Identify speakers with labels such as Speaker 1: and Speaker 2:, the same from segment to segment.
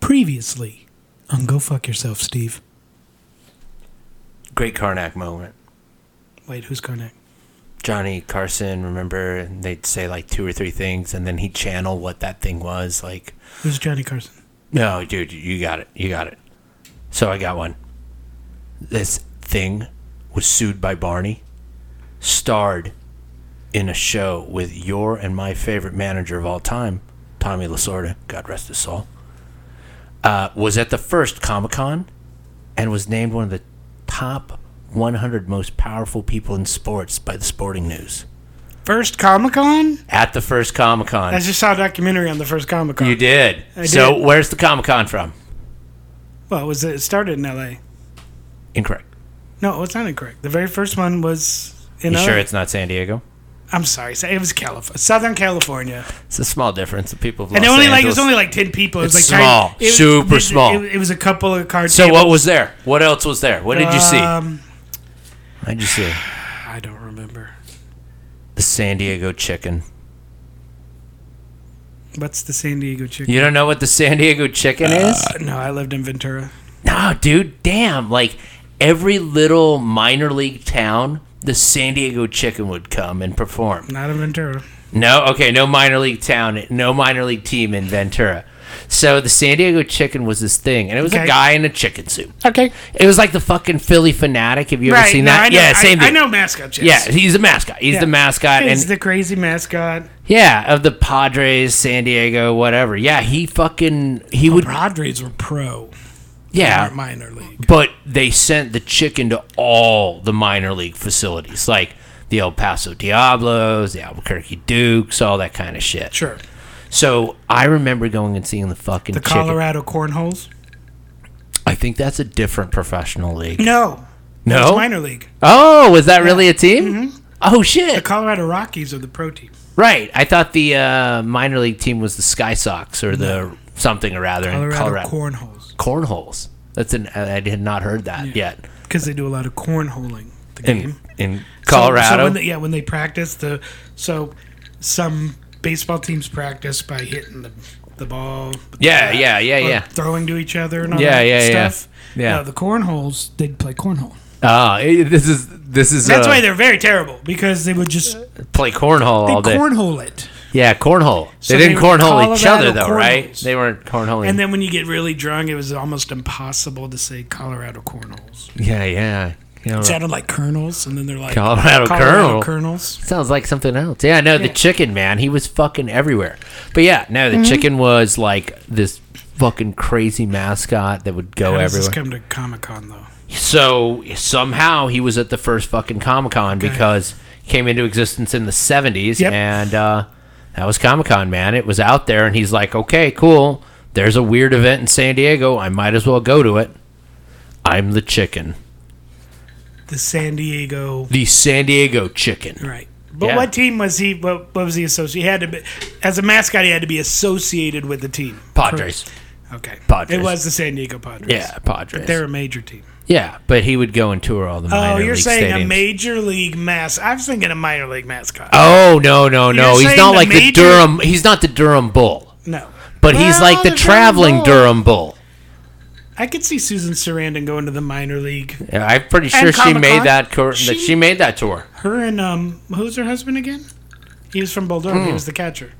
Speaker 1: Previously on Go Fuck Yourself, Steve.
Speaker 2: Great Karnak moment.
Speaker 1: Wait, who's Karnak?
Speaker 2: Johnny Carson, remember, they'd say like two or three things, and then he'd channel what that thing was. Like,
Speaker 1: Who's Johnny Carson?
Speaker 2: no, dude, you got it. You got it. So I got one. This thing was sued by Barney, starred in a show with your and my favorite manager of all time, Tommy Lasorda, God rest his soul, uh, was at the first Comic Con and was named one of the top 100 most powerful people in sports by the Sporting News.
Speaker 1: First Comic Con?
Speaker 2: At the first Comic Con.
Speaker 1: I just saw a documentary on the first Comic Con.
Speaker 2: You did.
Speaker 1: I
Speaker 2: so
Speaker 1: did.
Speaker 2: where's the Comic Con from?
Speaker 1: Well, it was it started in L.A.
Speaker 2: Incorrect.
Speaker 1: No, it's not incorrect. The very first one was in
Speaker 2: You
Speaker 1: LA.
Speaker 2: sure it's not San Diego?
Speaker 1: I'm sorry, it was California, Southern California,
Speaker 2: It's a small difference. The people of
Speaker 1: and it
Speaker 2: Los
Speaker 1: only like it
Speaker 2: Angeles-
Speaker 1: was only like ten people. It was
Speaker 2: It's
Speaker 1: like tiny-
Speaker 2: small.
Speaker 1: it was-
Speaker 2: Super
Speaker 1: it-
Speaker 2: small.
Speaker 1: It, it was a couple of cards.
Speaker 2: so what was there? What else was there? What did you see? What
Speaker 1: Um,
Speaker 2: did you see?
Speaker 1: I don't remember.
Speaker 2: The San Diego chicken.
Speaker 1: What's the San Diego chicken?
Speaker 2: You don't know what the San Diego chicken is?
Speaker 1: Uh, no, I lived in Ventura.
Speaker 2: No, dude. Damn. Like every little minor league town, the San Diego chicken would come and perform.
Speaker 1: Not in Ventura.
Speaker 2: No, okay, no minor league town, no minor league team in Ventura. So the San Diego Chicken was this thing, and it was a
Speaker 1: Okay.
Speaker 2: guy in a chicken suit.
Speaker 1: Okay.
Speaker 2: It was like the fucking Philly fanatic. Have you ever
Speaker 1: Right.
Speaker 2: seen
Speaker 1: no,
Speaker 2: that?
Speaker 1: I know,
Speaker 2: yeah, same
Speaker 1: I,
Speaker 2: thing.
Speaker 1: I know mascots.
Speaker 2: Yeah,
Speaker 1: Yes.
Speaker 2: he's the mascot. He's
Speaker 1: Yeah.
Speaker 2: the mascot, and
Speaker 1: He's the crazy mascot.
Speaker 2: yeah, of the Padres, San Diego, whatever. Yeah, he fucking he would.
Speaker 1: Padres were pro,
Speaker 2: Yeah,
Speaker 1: not minor league.
Speaker 2: But they sent the chicken to all the minor league facilities, like the El Paso Diablos, the Albuquerque Dukes, all that kind of shit.
Speaker 1: Sure.
Speaker 2: So I remember going and seeing the fucking
Speaker 1: The
Speaker 2: chicken.
Speaker 1: Colorado Cornholes.
Speaker 2: I think that's a different professional league.
Speaker 1: No.
Speaker 2: No?
Speaker 1: It's minor league.
Speaker 2: Oh, was that really a team? Oh
Speaker 1: The
Speaker 2: shit!
Speaker 1: Colorado Rockies are the pro team.
Speaker 2: Right, I thought the uh, minor league team was the Sky Sox or the something or rather in
Speaker 1: Colorado,
Speaker 2: Colorado.
Speaker 1: Cornholes
Speaker 2: Cornholes. That's an I had not heard that yet.
Speaker 1: because they do a lot of cornholing. The game.
Speaker 2: In in
Speaker 1: So- So,
Speaker 2: Colorado,
Speaker 1: when they, yeah, when they practice the so some baseball teams practice by hitting the the ball.
Speaker 2: Yeah, yeah, yeah,
Speaker 1: or
Speaker 2: yeah.
Speaker 1: Throwing to each other and all
Speaker 2: Yeah,
Speaker 1: that
Speaker 2: yeah, yeah.
Speaker 1: stuff.
Speaker 2: Yeah.
Speaker 1: No, the cornholes they'd play cornhole.
Speaker 2: Ah, eh, this is this is
Speaker 1: That's
Speaker 2: uh,
Speaker 1: why they're very terrible because they would just
Speaker 2: play cornhole
Speaker 1: they
Speaker 2: all day.
Speaker 1: cornhole it.
Speaker 2: yeah, cornhole.
Speaker 1: So
Speaker 2: they didn't
Speaker 1: they were
Speaker 2: cornhole each
Speaker 1: Colorado
Speaker 2: other though, right?
Speaker 1: cornholes.
Speaker 2: They weren't cornholing.
Speaker 1: And then when you get really drunk, it was almost impossible to say Colorado cornholes.
Speaker 2: yeah, yeah. You know,
Speaker 1: It sounded like kernels, and then they're like
Speaker 2: Colorado kernel.
Speaker 1: kernels.
Speaker 2: Sounds like something else. Yeah, no, the
Speaker 1: Yeah.
Speaker 2: chicken man, he was fucking everywhere. But yeah, no, the chicken was like this fucking crazy mascot that would go
Speaker 1: How does this come
Speaker 2: everywhere.
Speaker 1: to Comic Con though?
Speaker 2: so somehow he was at the first fucking Comic Con because he came into existence in the seventies,
Speaker 1: Yep.
Speaker 2: and uh, that was Comic Con, man. It was out there, and he's like, okay, cool. There's a weird event in San Diego. I might as well go to it. I'm the chicken,
Speaker 1: The San Diego,
Speaker 2: the San Diego chicken.
Speaker 1: right? But
Speaker 2: Yeah.
Speaker 1: what team was he? What, what was he associated? He had to be as a mascot. He had to be associated with the team.
Speaker 2: Padres.
Speaker 1: Okay,
Speaker 2: Padres.
Speaker 1: It was the San Diego Padres.
Speaker 2: Yeah, Padres.
Speaker 1: they're a major team.
Speaker 2: Yeah, but he would go and tour all the minor
Speaker 1: Oh, you're
Speaker 2: league
Speaker 1: saying
Speaker 2: stadiums.
Speaker 1: a major league mass? I was thinking a minor league mascot.
Speaker 2: oh no no
Speaker 1: You're
Speaker 2: no! He's
Speaker 1: saying
Speaker 2: not
Speaker 1: the
Speaker 2: like the
Speaker 1: major-
Speaker 2: Durham. He's not the Durham Bull,
Speaker 1: no,
Speaker 2: but he's
Speaker 1: Well,
Speaker 2: like the,
Speaker 1: the Durham
Speaker 2: traveling
Speaker 1: Bull.
Speaker 2: Durham Bull.
Speaker 1: I could see Susan Sarandon going to the minor league.
Speaker 2: Yeah, I'm pretty
Speaker 1: And
Speaker 2: sure she
Speaker 1: Comic-Con?
Speaker 2: made that. Cor-
Speaker 1: She-
Speaker 2: that she made that tour.
Speaker 1: Her and um, who's her husband again? He was from Boulder.
Speaker 2: Hmm.
Speaker 1: He was the catcher.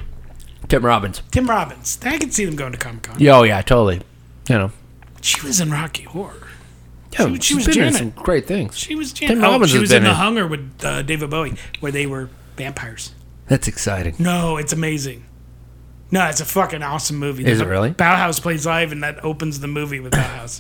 Speaker 2: Tim Robbins.
Speaker 1: Tim Robbins. I could see them going to Comic Con.
Speaker 2: Yeah, oh yeah, totally. You know,
Speaker 1: She was in Rocky Horror.
Speaker 2: yeah,
Speaker 1: She- she
Speaker 2: she's
Speaker 1: was
Speaker 2: been in
Speaker 1: Janet.
Speaker 2: some great things.
Speaker 1: She was
Speaker 2: Tim
Speaker 1: Tim oh,
Speaker 2: Robbins
Speaker 1: She
Speaker 2: has
Speaker 1: was in
Speaker 2: been
Speaker 1: The
Speaker 2: in-
Speaker 1: Hunger with uh, David Bowie, where they were vampires.
Speaker 2: That's exciting.
Speaker 1: No, it's amazing. No, it's a fucking awesome movie.
Speaker 2: Is
Speaker 1: The
Speaker 2: it really?
Speaker 1: Bauhaus plays live, and that opens the movie with Bauhaus.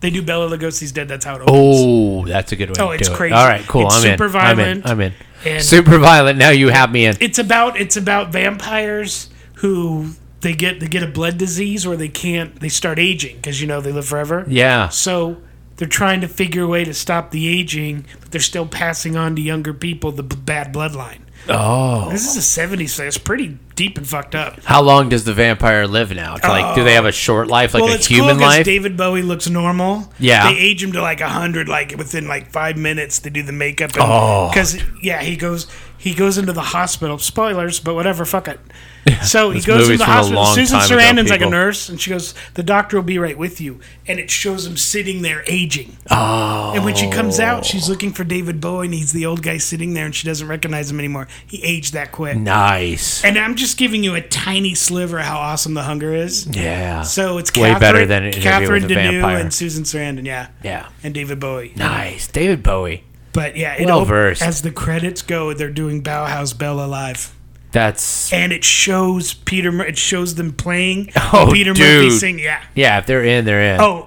Speaker 1: they do Bella Lugosi's Dead. That's how it opens.
Speaker 2: Oh, that's a good way.
Speaker 1: Oh,
Speaker 2: to
Speaker 1: it's
Speaker 2: do it.
Speaker 1: crazy.
Speaker 2: All right, cool.
Speaker 1: It's
Speaker 2: I'm
Speaker 1: super
Speaker 2: in.
Speaker 1: violent.
Speaker 2: I'm in. I'm in.
Speaker 1: And-
Speaker 2: Super violent. Now you have me in.
Speaker 1: It's about it's about vampires who they get they get a blood disease where they can't they start aging because you know they live forever.
Speaker 2: Yeah.
Speaker 1: So they're trying to figure a way to stop the aging, but they're still passing on to younger people the b- bad bloodline.
Speaker 2: Oh.
Speaker 1: This is a 70s, so it's pretty deep and fucked up.
Speaker 2: How long does the vampire live now? Like, do they have a short life, like
Speaker 1: Oh. well,
Speaker 2: a
Speaker 1: it's cool 'cause
Speaker 2: human life?
Speaker 1: David Bowie looks normal.
Speaker 2: Yeah.
Speaker 1: They age him to like 100, like within like five minutes. They do the makeup.
Speaker 2: Oh.
Speaker 1: Because, yeah, he goes, He goes into the hospital. Spoilers, but whatever. Fuck it. So he
Speaker 2: this
Speaker 1: goes into
Speaker 2: movie's
Speaker 1: the
Speaker 2: from a
Speaker 1: hospital.
Speaker 2: long
Speaker 1: Susan
Speaker 2: time ago,
Speaker 1: Sarandon's like a
Speaker 2: people.
Speaker 1: nurse, and she goes, "The doctor will be right with you." And it shows him sitting there aging. Oh. And when she comes out, she's looking for David Bowie, and he's the old guy sitting there, and she doesn't recognize him anymore. He aged that quick.
Speaker 2: Nice.
Speaker 1: And I'm just giving you a tiny sliver of how awesome The Hunger is.
Speaker 2: Yeah.
Speaker 1: So it's
Speaker 2: Way
Speaker 1: Catherine,
Speaker 2: better than Interview
Speaker 1: Catherine
Speaker 2: with a
Speaker 1: Deneuve
Speaker 2: Vampire.
Speaker 1: and Susan Sarandon. Yeah,
Speaker 2: yeah.
Speaker 1: and David Bowie.
Speaker 2: Nice. David Bowie.
Speaker 1: But yeah, it
Speaker 2: Well
Speaker 1: op-
Speaker 2: versed.
Speaker 1: as the credits go, they're doing Bauhaus Bella Live.
Speaker 2: That's
Speaker 1: And it shows Peter. Mur- It shows them playing.
Speaker 2: Oh,
Speaker 1: Peter Murphy
Speaker 2: dude.
Speaker 1: singing. Yeah.
Speaker 2: yeah. If they're in, they're in.
Speaker 1: Oh,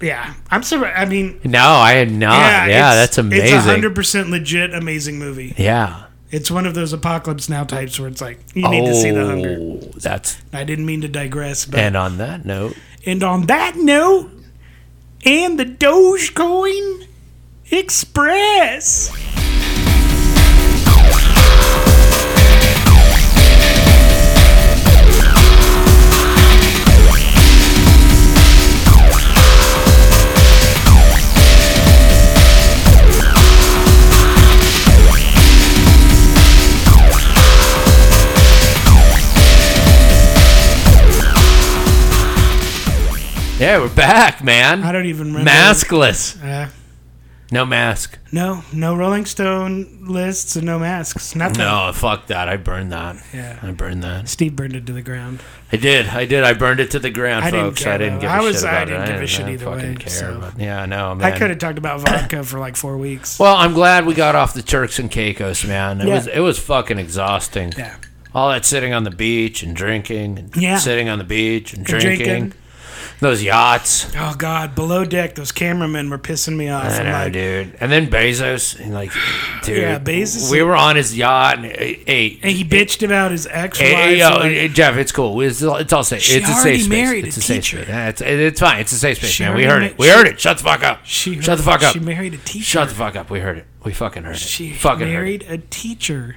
Speaker 1: yeah. I'm surprised. I mean,
Speaker 2: No, I am not.
Speaker 1: yeah,
Speaker 2: Ah, Yeah, that's amazing.
Speaker 1: It's a hundred percent legit, amazing movie.
Speaker 2: yeah.
Speaker 1: It's one of those apocalypse now types where it's like you need to see the hunger. Uh,
Speaker 2: Oh, That's
Speaker 1: I didn't mean to digress, but
Speaker 2: and on that note,
Speaker 1: And on that note, and the Dogecoin Express.
Speaker 2: yeah, we're back, man.
Speaker 1: I don't even remember.
Speaker 2: Maskless,
Speaker 1: Uh,
Speaker 2: no mask.
Speaker 1: no, no Rolling Stone lists and no masks. Nothing.
Speaker 2: No, fuck that. I burned that.
Speaker 1: Yeah.
Speaker 2: I burned that.
Speaker 1: Steve burned it to the ground.
Speaker 2: I did. I did. I burned it to the ground,
Speaker 1: I didn't
Speaker 2: folks.
Speaker 1: care,
Speaker 2: I didn't
Speaker 1: though.
Speaker 2: give a
Speaker 1: I was-
Speaker 2: shit
Speaker 1: I
Speaker 2: about
Speaker 1: didn't
Speaker 2: it.
Speaker 1: give a shit
Speaker 2: I
Speaker 1: either
Speaker 2: fucking
Speaker 1: way,
Speaker 2: Care,
Speaker 1: so.
Speaker 2: but yeah, no, man.
Speaker 1: I could have talked about vodka for like four weeks.
Speaker 2: Well, I'm glad we got off the Turks and Caicos, man. It
Speaker 1: Yeah.
Speaker 2: was it was fucking exhausting.
Speaker 1: Yeah.
Speaker 2: All that sitting on the beach and drinking, and
Speaker 1: Yeah.
Speaker 2: sitting on the beach and drinking.
Speaker 1: drinking.
Speaker 2: Those yachts,
Speaker 1: Oh God, below deck, those cameramen were pissing me off.
Speaker 2: I
Speaker 1: I'm
Speaker 2: know,
Speaker 1: like,
Speaker 2: dude. And then Bezos, and like, dude,
Speaker 1: Yeah, Bezos-
Speaker 2: We were on his yacht, and uh, hey,
Speaker 1: and
Speaker 2: hey,
Speaker 1: he bitched about his ex wife.
Speaker 2: hey, yo, hey, Jeff, it's cool. It's, it's all safe.
Speaker 1: She
Speaker 2: it's a
Speaker 1: already
Speaker 2: safe space.
Speaker 1: married
Speaker 2: it's
Speaker 1: a
Speaker 2: a safe
Speaker 1: teacher.
Speaker 2: space. Yeah, it's, it- it's fine. It's a safe space,
Speaker 1: She
Speaker 2: man. We heard
Speaker 1: already
Speaker 2: it.
Speaker 1: ma-
Speaker 2: We
Speaker 1: she-
Speaker 2: heard it. Shut the fuck up.
Speaker 1: she
Speaker 2: Shut the fuck up.
Speaker 1: She married a teacher.
Speaker 2: Shut the fuck up. We heard it. We fucking heard it.
Speaker 1: She
Speaker 2: fucking heard it.
Speaker 1: married a teacher.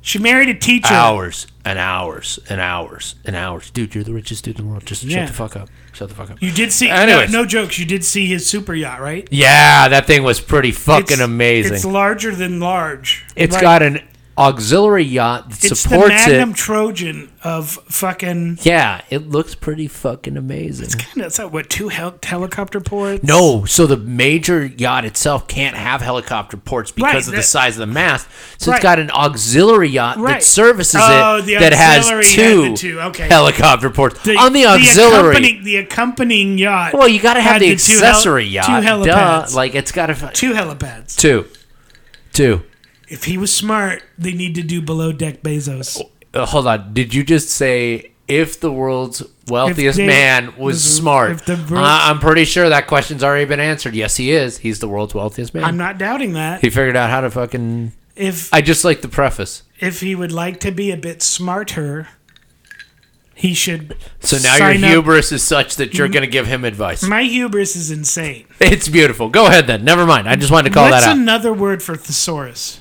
Speaker 1: She married a teacher.
Speaker 2: hours and hours and hours and hours. Dude, you're the richest dude in the world. Just
Speaker 1: Yeah.
Speaker 2: shut the fuck up. Shut the fuck up.
Speaker 1: You did see.
Speaker 2: Anyways.
Speaker 1: No, no jokes. You did see his super yacht, right?
Speaker 2: yeah, that thing was pretty fucking
Speaker 1: It's-
Speaker 2: amazing.
Speaker 1: It's
Speaker 2: It's
Speaker 1: larger than large. Like,
Speaker 2: got an auxiliary yacht that
Speaker 1: it's the
Speaker 2: supports
Speaker 1: Magnum
Speaker 2: it.
Speaker 1: Trojan of fucking.
Speaker 2: Yeah, it looks pretty fucking amazing.
Speaker 1: That's not what two hel- helicopter ports.
Speaker 2: No, so the major yacht itself can't have helicopter ports because
Speaker 1: Right,
Speaker 2: of the
Speaker 1: that-
Speaker 2: size of the mast. So
Speaker 1: Right.
Speaker 2: it's got an auxiliary yacht
Speaker 1: Right.
Speaker 2: that services
Speaker 1: Oh,
Speaker 2: it
Speaker 1: the
Speaker 2: that has
Speaker 1: auxiliary had
Speaker 2: two,
Speaker 1: the two, okay.
Speaker 2: helicopter ports on the auxiliary.
Speaker 1: accompanying, the accompanying yacht.
Speaker 2: well, you got to
Speaker 1: had
Speaker 2: have the,
Speaker 1: two hel-
Speaker 2: accessory yacht.
Speaker 1: Two helipads.
Speaker 2: Duh. Like it's got to
Speaker 1: two helipads.
Speaker 2: Two. Two.
Speaker 1: If he was smart, they need to do below deck Bezos.
Speaker 2: Uh, hold on. Did you just say if the world's wealthiest
Speaker 1: If they-
Speaker 2: man was
Speaker 1: if the-
Speaker 2: smart?
Speaker 1: if the world-
Speaker 2: I, I'm pretty sure that question's already been answered. Yes, he is. He's the world's wealthiest man.
Speaker 1: I'm not doubting that.
Speaker 2: he figured out how to fucking.
Speaker 1: If
Speaker 2: I just like the preface.
Speaker 1: if he would like to be a bit smarter, he should.
Speaker 2: So now
Speaker 1: sign
Speaker 2: your
Speaker 1: up- Mm-hmm.
Speaker 2: hubris is such that you're going to give him advice.
Speaker 1: My hubris is insane.
Speaker 2: It's beautiful. Go ahead then. Never mind. I just wanted to call
Speaker 1: What's
Speaker 2: that out.
Speaker 1: another word for thesaurus?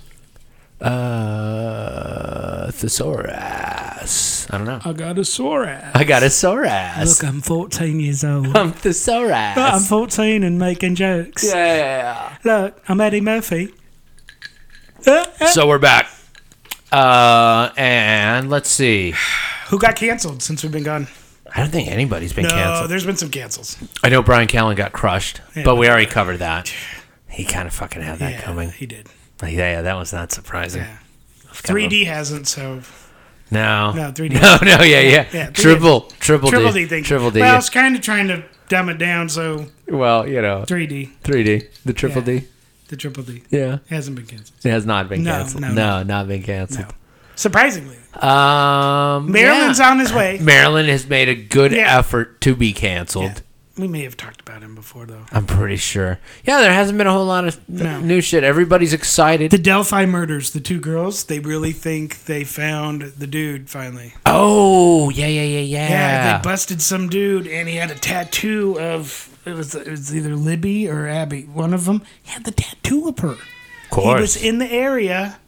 Speaker 2: uh, thesaurus. I don't know.
Speaker 1: I got a sore ass.
Speaker 2: I got a saurus.
Speaker 1: Look, I'm 14 years old.
Speaker 2: I'm thesaurus.
Speaker 1: But I'm 14 and making jokes.
Speaker 2: yeah.
Speaker 1: Look, I'm Eddie Murphy. Uh, uh.
Speaker 2: So we're back. Uh, and let's see.
Speaker 1: Who got canceled since we've been gone?
Speaker 2: I don't think anybody's been
Speaker 1: No,
Speaker 2: canceled.
Speaker 1: there's been some cancels.
Speaker 2: I know Brian Callen got crushed,
Speaker 1: Yeah.
Speaker 2: but we already covered that. He kind of fucking had that
Speaker 1: Yeah,
Speaker 2: coming.
Speaker 1: he did.
Speaker 2: Like, yeah, that was not surprising.
Speaker 1: Yeah.
Speaker 2: It's kind of
Speaker 1: 3D hasn't, so
Speaker 2: a- No.
Speaker 1: no, 3D.
Speaker 2: No, no, yeah, yeah.
Speaker 1: Yeah, 3D.
Speaker 2: triple, triple,
Speaker 1: Triple
Speaker 2: D,
Speaker 1: D thing.
Speaker 2: Triple D.
Speaker 1: Well, I
Speaker 2: yeah.
Speaker 1: was kind of trying to dumb it down, so
Speaker 2: Well, you know,
Speaker 1: 3D,
Speaker 2: 3D, the triple
Speaker 1: Yeah.
Speaker 2: D.
Speaker 1: the triple D,
Speaker 2: Yeah.
Speaker 1: hasn't been canceled.
Speaker 2: It has not been
Speaker 1: No,
Speaker 2: canceled.
Speaker 1: no,
Speaker 2: No, not been canceled.
Speaker 1: No. Surprisingly,
Speaker 2: Um,
Speaker 1: Maryland's
Speaker 2: yeah.
Speaker 1: on his way.
Speaker 2: Maryland has made a good
Speaker 1: Yeah.
Speaker 2: effort to be canceled.
Speaker 1: We may have talked about him before, though.
Speaker 2: I'm pretty sure. Yeah, there hasn't been a whole lot of
Speaker 1: No.
Speaker 2: new shit. Everybody's excited.
Speaker 1: The Delphi murders, the two girls, they really think they found the dude finally.
Speaker 2: oh, yeah, yeah, yeah, yeah.
Speaker 1: Yeah, they busted some dude, and he had a tattoo of it was it was either Libby or Abby, one of them had the tattoo of her.
Speaker 2: of
Speaker 1: He was in the area.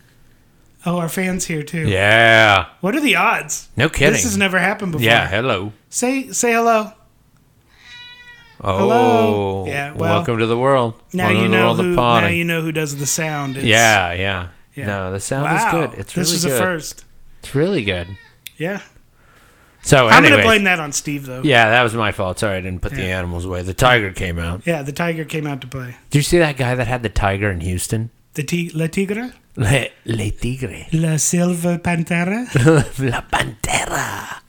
Speaker 1: Oh, our fans here too.
Speaker 2: yeah.
Speaker 1: What are the odds?
Speaker 2: No kidding.
Speaker 1: This has never happened before.
Speaker 2: yeah, hello.
Speaker 1: Say say hello.
Speaker 2: Oh,
Speaker 1: Hello. Yeah, well,
Speaker 2: welcome to the world.
Speaker 1: Now
Speaker 2: welcome
Speaker 1: you
Speaker 2: to the
Speaker 1: know
Speaker 2: world
Speaker 1: who.
Speaker 2: of potting.
Speaker 1: Now you know who does the sound. It's-
Speaker 2: yeah, yeah.
Speaker 1: Yeah.
Speaker 2: No, the sound
Speaker 1: wow.
Speaker 2: is good. It's really
Speaker 1: this is
Speaker 2: good.
Speaker 1: a first.
Speaker 2: It's really good.
Speaker 1: Yeah.
Speaker 2: So
Speaker 1: I'm
Speaker 2: anyway,
Speaker 1: gonna blame that on Steve though.
Speaker 2: yeah, that was my fault. Sorry, I didn't put the
Speaker 1: Yeah.
Speaker 2: animals away. The tiger came out.
Speaker 1: Yeah, the tiger came out to play.
Speaker 2: Did you see that guy that had the tiger in Houston?
Speaker 1: The t- La Tigre,
Speaker 2: Le, le tigre,
Speaker 1: La Silva Pantera.
Speaker 2: la pantera.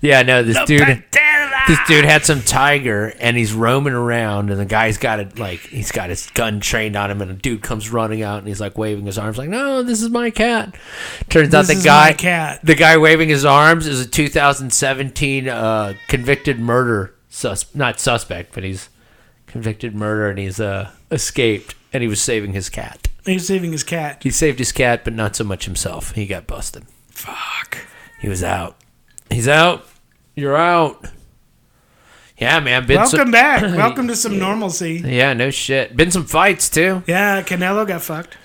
Speaker 2: Yeah, no, this dude.
Speaker 1: Pantera.
Speaker 2: this dude had some tiger and he's roaming around and the guy's got it like he's got his gun trained on him and a dude comes running out and he's like waving his arms like no this is my cat turns out
Speaker 1: This
Speaker 2: the
Speaker 1: is
Speaker 2: guy
Speaker 1: my cat.
Speaker 2: the guy waving his arms is a 2017 uh, convicted murder sus not suspect but he's convicted murder and he's uh, escaped and he was saving his cat
Speaker 1: He's saving his cat.
Speaker 2: he saved his cat but not so much himself he got busted
Speaker 1: Fuck.
Speaker 2: he was out he's out you're out yeah man been so-
Speaker 1: Welcome back. Welcome to some normalcy.
Speaker 2: Yeah, no shit. Been some fights too.
Speaker 1: Yeah, Canelo got fucked.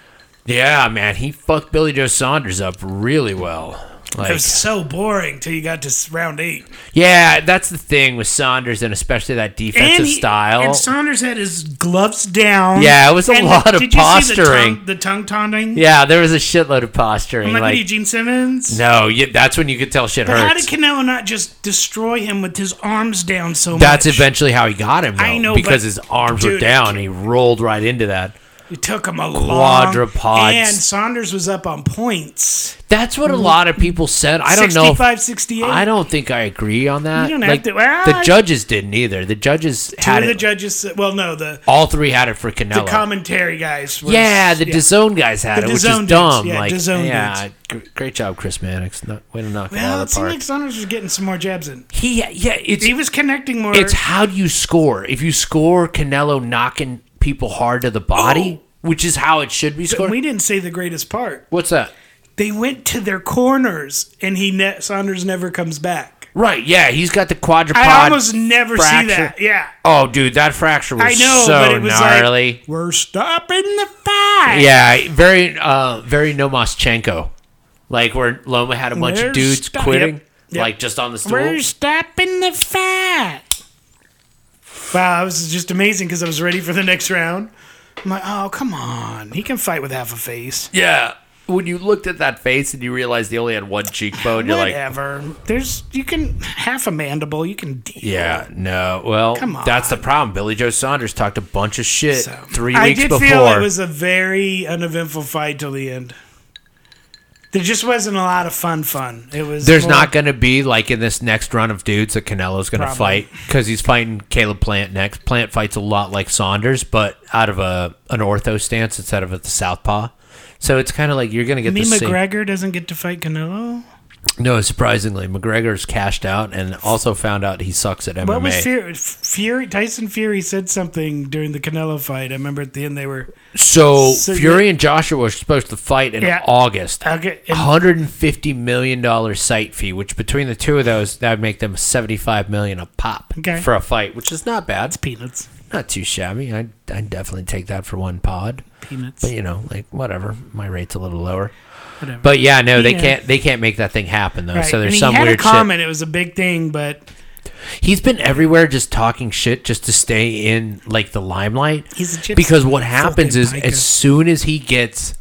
Speaker 2: Yeah, man, he fucked Billy Joe Saunders up really well.
Speaker 1: It
Speaker 2: Like,
Speaker 1: was so boring till you got to s- round eight.
Speaker 2: yeah, that's the thing with Saunders and especially that defensive
Speaker 1: he-
Speaker 2: style.
Speaker 1: And Saunders had his gloves down.
Speaker 2: Yeah, it was a
Speaker 1: And
Speaker 2: lot
Speaker 1: did
Speaker 2: of
Speaker 1: you see the
Speaker 2: posturing.
Speaker 1: tongue- The tongue taunting.
Speaker 2: yeah, there was a shitload of posturing.
Speaker 1: I'm like, what are you,
Speaker 2: Like,
Speaker 1: Gene Simmons?
Speaker 2: no, you, that's when you could tell shit
Speaker 1: But how did
Speaker 2: hurts.
Speaker 1: Canelo not just destroy him with his arms down so
Speaker 2: That's
Speaker 1: much?
Speaker 2: eventually how he got him, though,
Speaker 1: I know,
Speaker 2: because
Speaker 1: but-
Speaker 2: his arms were
Speaker 1: dude,
Speaker 2: down and he rolled right into that.
Speaker 1: It took him a
Speaker 2: Quadrupods.
Speaker 1: long And Saunders was up on points.
Speaker 2: That's
Speaker 1: Mm.
Speaker 2: what a lot of people said. I don't know. if-
Speaker 1: 65, 68.
Speaker 2: I don't think I agree on that.
Speaker 1: don't have
Speaker 2: Like,
Speaker 1: to- well,
Speaker 2: the
Speaker 1: I-
Speaker 2: judges didn't either. The judges
Speaker 1: Two
Speaker 2: had
Speaker 1: of the
Speaker 2: it.
Speaker 1: judges said, well, no, the,
Speaker 2: all three had it for
Speaker 1: the
Speaker 2: Canelo.
Speaker 1: commentary guys. Was,
Speaker 2: Yeah, the DAZN guys had
Speaker 1: The
Speaker 2: it, which
Speaker 1: DAZN
Speaker 2: is
Speaker 1: dudes,
Speaker 2: dumb.
Speaker 1: yeah,
Speaker 2: like,
Speaker 1: DAZN
Speaker 2: yeah, gr- great job, Chris Mannix. No, way to knock it out
Speaker 1: Well,
Speaker 2: of
Speaker 1: it
Speaker 2: the
Speaker 1: seemed
Speaker 2: park.
Speaker 1: like Saunders was getting some more jabs in.
Speaker 2: he, yeah, it's
Speaker 1: He was connecting more.
Speaker 2: it's how do you score? If you score Canelo knocking people hard to the body, which is how it should be scored.
Speaker 1: Oh. we didn't say the greatest part.
Speaker 2: What's that?
Speaker 1: They went to their corners, and he ne- Saunders never comes back.
Speaker 2: Right? Yeah, he's got the quadrupod.
Speaker 1: I almost never see
Speaker 2: fracture.
Speaker 1: that. Yeah,
Speaker 2: Oh, dude, that fracture was
Speaker 1: I know,
Speaker 2: so
Speaker 1: but it was
Speaker 2: gnarly.
Speaker 1: like we're stopping the fight.
Speaker 2: yeah, very, uh, very Nomaschenko. Like where Loma had a bunch
Speaker 1: We're
Speaker 2: of dudes
Speaker 1: stuck-
Speaker 2: quitting,
Speaker 1: yep, yep.
Speaker 2: like just on the stool.
Speaker 1: we're stopping the fight. Wow, this is just amazing because I was ready for the next round. I'm like, oh come on, he can fight with half a face.
Speaker 2: Yeah. When you looked at that face and you realized he only had one cheekbone, you're like,
Speaker 1: Whatever. There's you can half a mandible. You can deal.
Speaker 2: yeah, no. Well,
Speaker 1: Come
Speaker 2: that's the problem. Billy Joe Saunders talked a bunch of shit
Speaker 1: So,
Speaker 2: three
Speaker 1: I
Speaker 2: weeks
Speaker 1: did
Speaker 2: before.
Speaker 1: feel it was a very uneventful fight till the end. There just wasn't a lot of fun. Fun. It was.
Speaker 2: There's
Speaker 1: more-
Speaker 2: not going to be like in this next run of dudes that Canelo's going to
Speaker 1: Probably.
Speaker 2: fight because he's fighting Caleb Plant next. Plant fights a lot like Saunders, but out of a an ortho stance instead of a southpaw. So it's kind of like you're going to get
Speaker 1: Me
Speaker 2: the same.
Speaker 1: McGregor doesn't get to fight Canelo.
Speaker 2: no, surprisingly, McGregor's cashed out and also found out he sucks at MMA.
Speaker 1: What was Fury? Fury Tyson Fury said something during the Canelo fight. I remember at the end they were
Speaker 2: So,
Speaker 1: So
Speaker 2: Fury and Joshua were supposed to fight in
Speaker 1: Yeah.
Speaker 2: August.
Speaker 1: okay. and-
Speaker 2: hundred and fifty million dollar site fee, which between the two of those, that would make them seventy five million a pop
Speaker 1: Okay.
Speaker 2: for a fight, which is not bad. It's
Speaker 1: peanuts.
Speaker 2: not too shabby. I I definitely take that for one pod.
Speaker 1: Peanuts.
Speaker 2: But you know, like whatever, my rate's a little lower.
Speaker 1: Whatever.
Speaker 2: But yeah, no, they
Speaker 1: Yeah.
Speaker 2: can't they can't make that thing happen though.
Speaker 1: Right.
Speaker 2: So
Speaker 1: and
Speaker 2: there's
Speaker 1: he
Speaker 2: some
Speaker 1: had
Speaker 2: weird
Speaker 1: a
Speaker 2: shit.
Speaker 1: comment. It was a big thing, but
Speaker 2: He's been everywhere just talking shit just to stay in like the limelight.
Speaker 1: He's a gypsy.
Speaker 2: because what happens is
Speaker 1: Fucking biker.
Speaker 2: as soon as he gets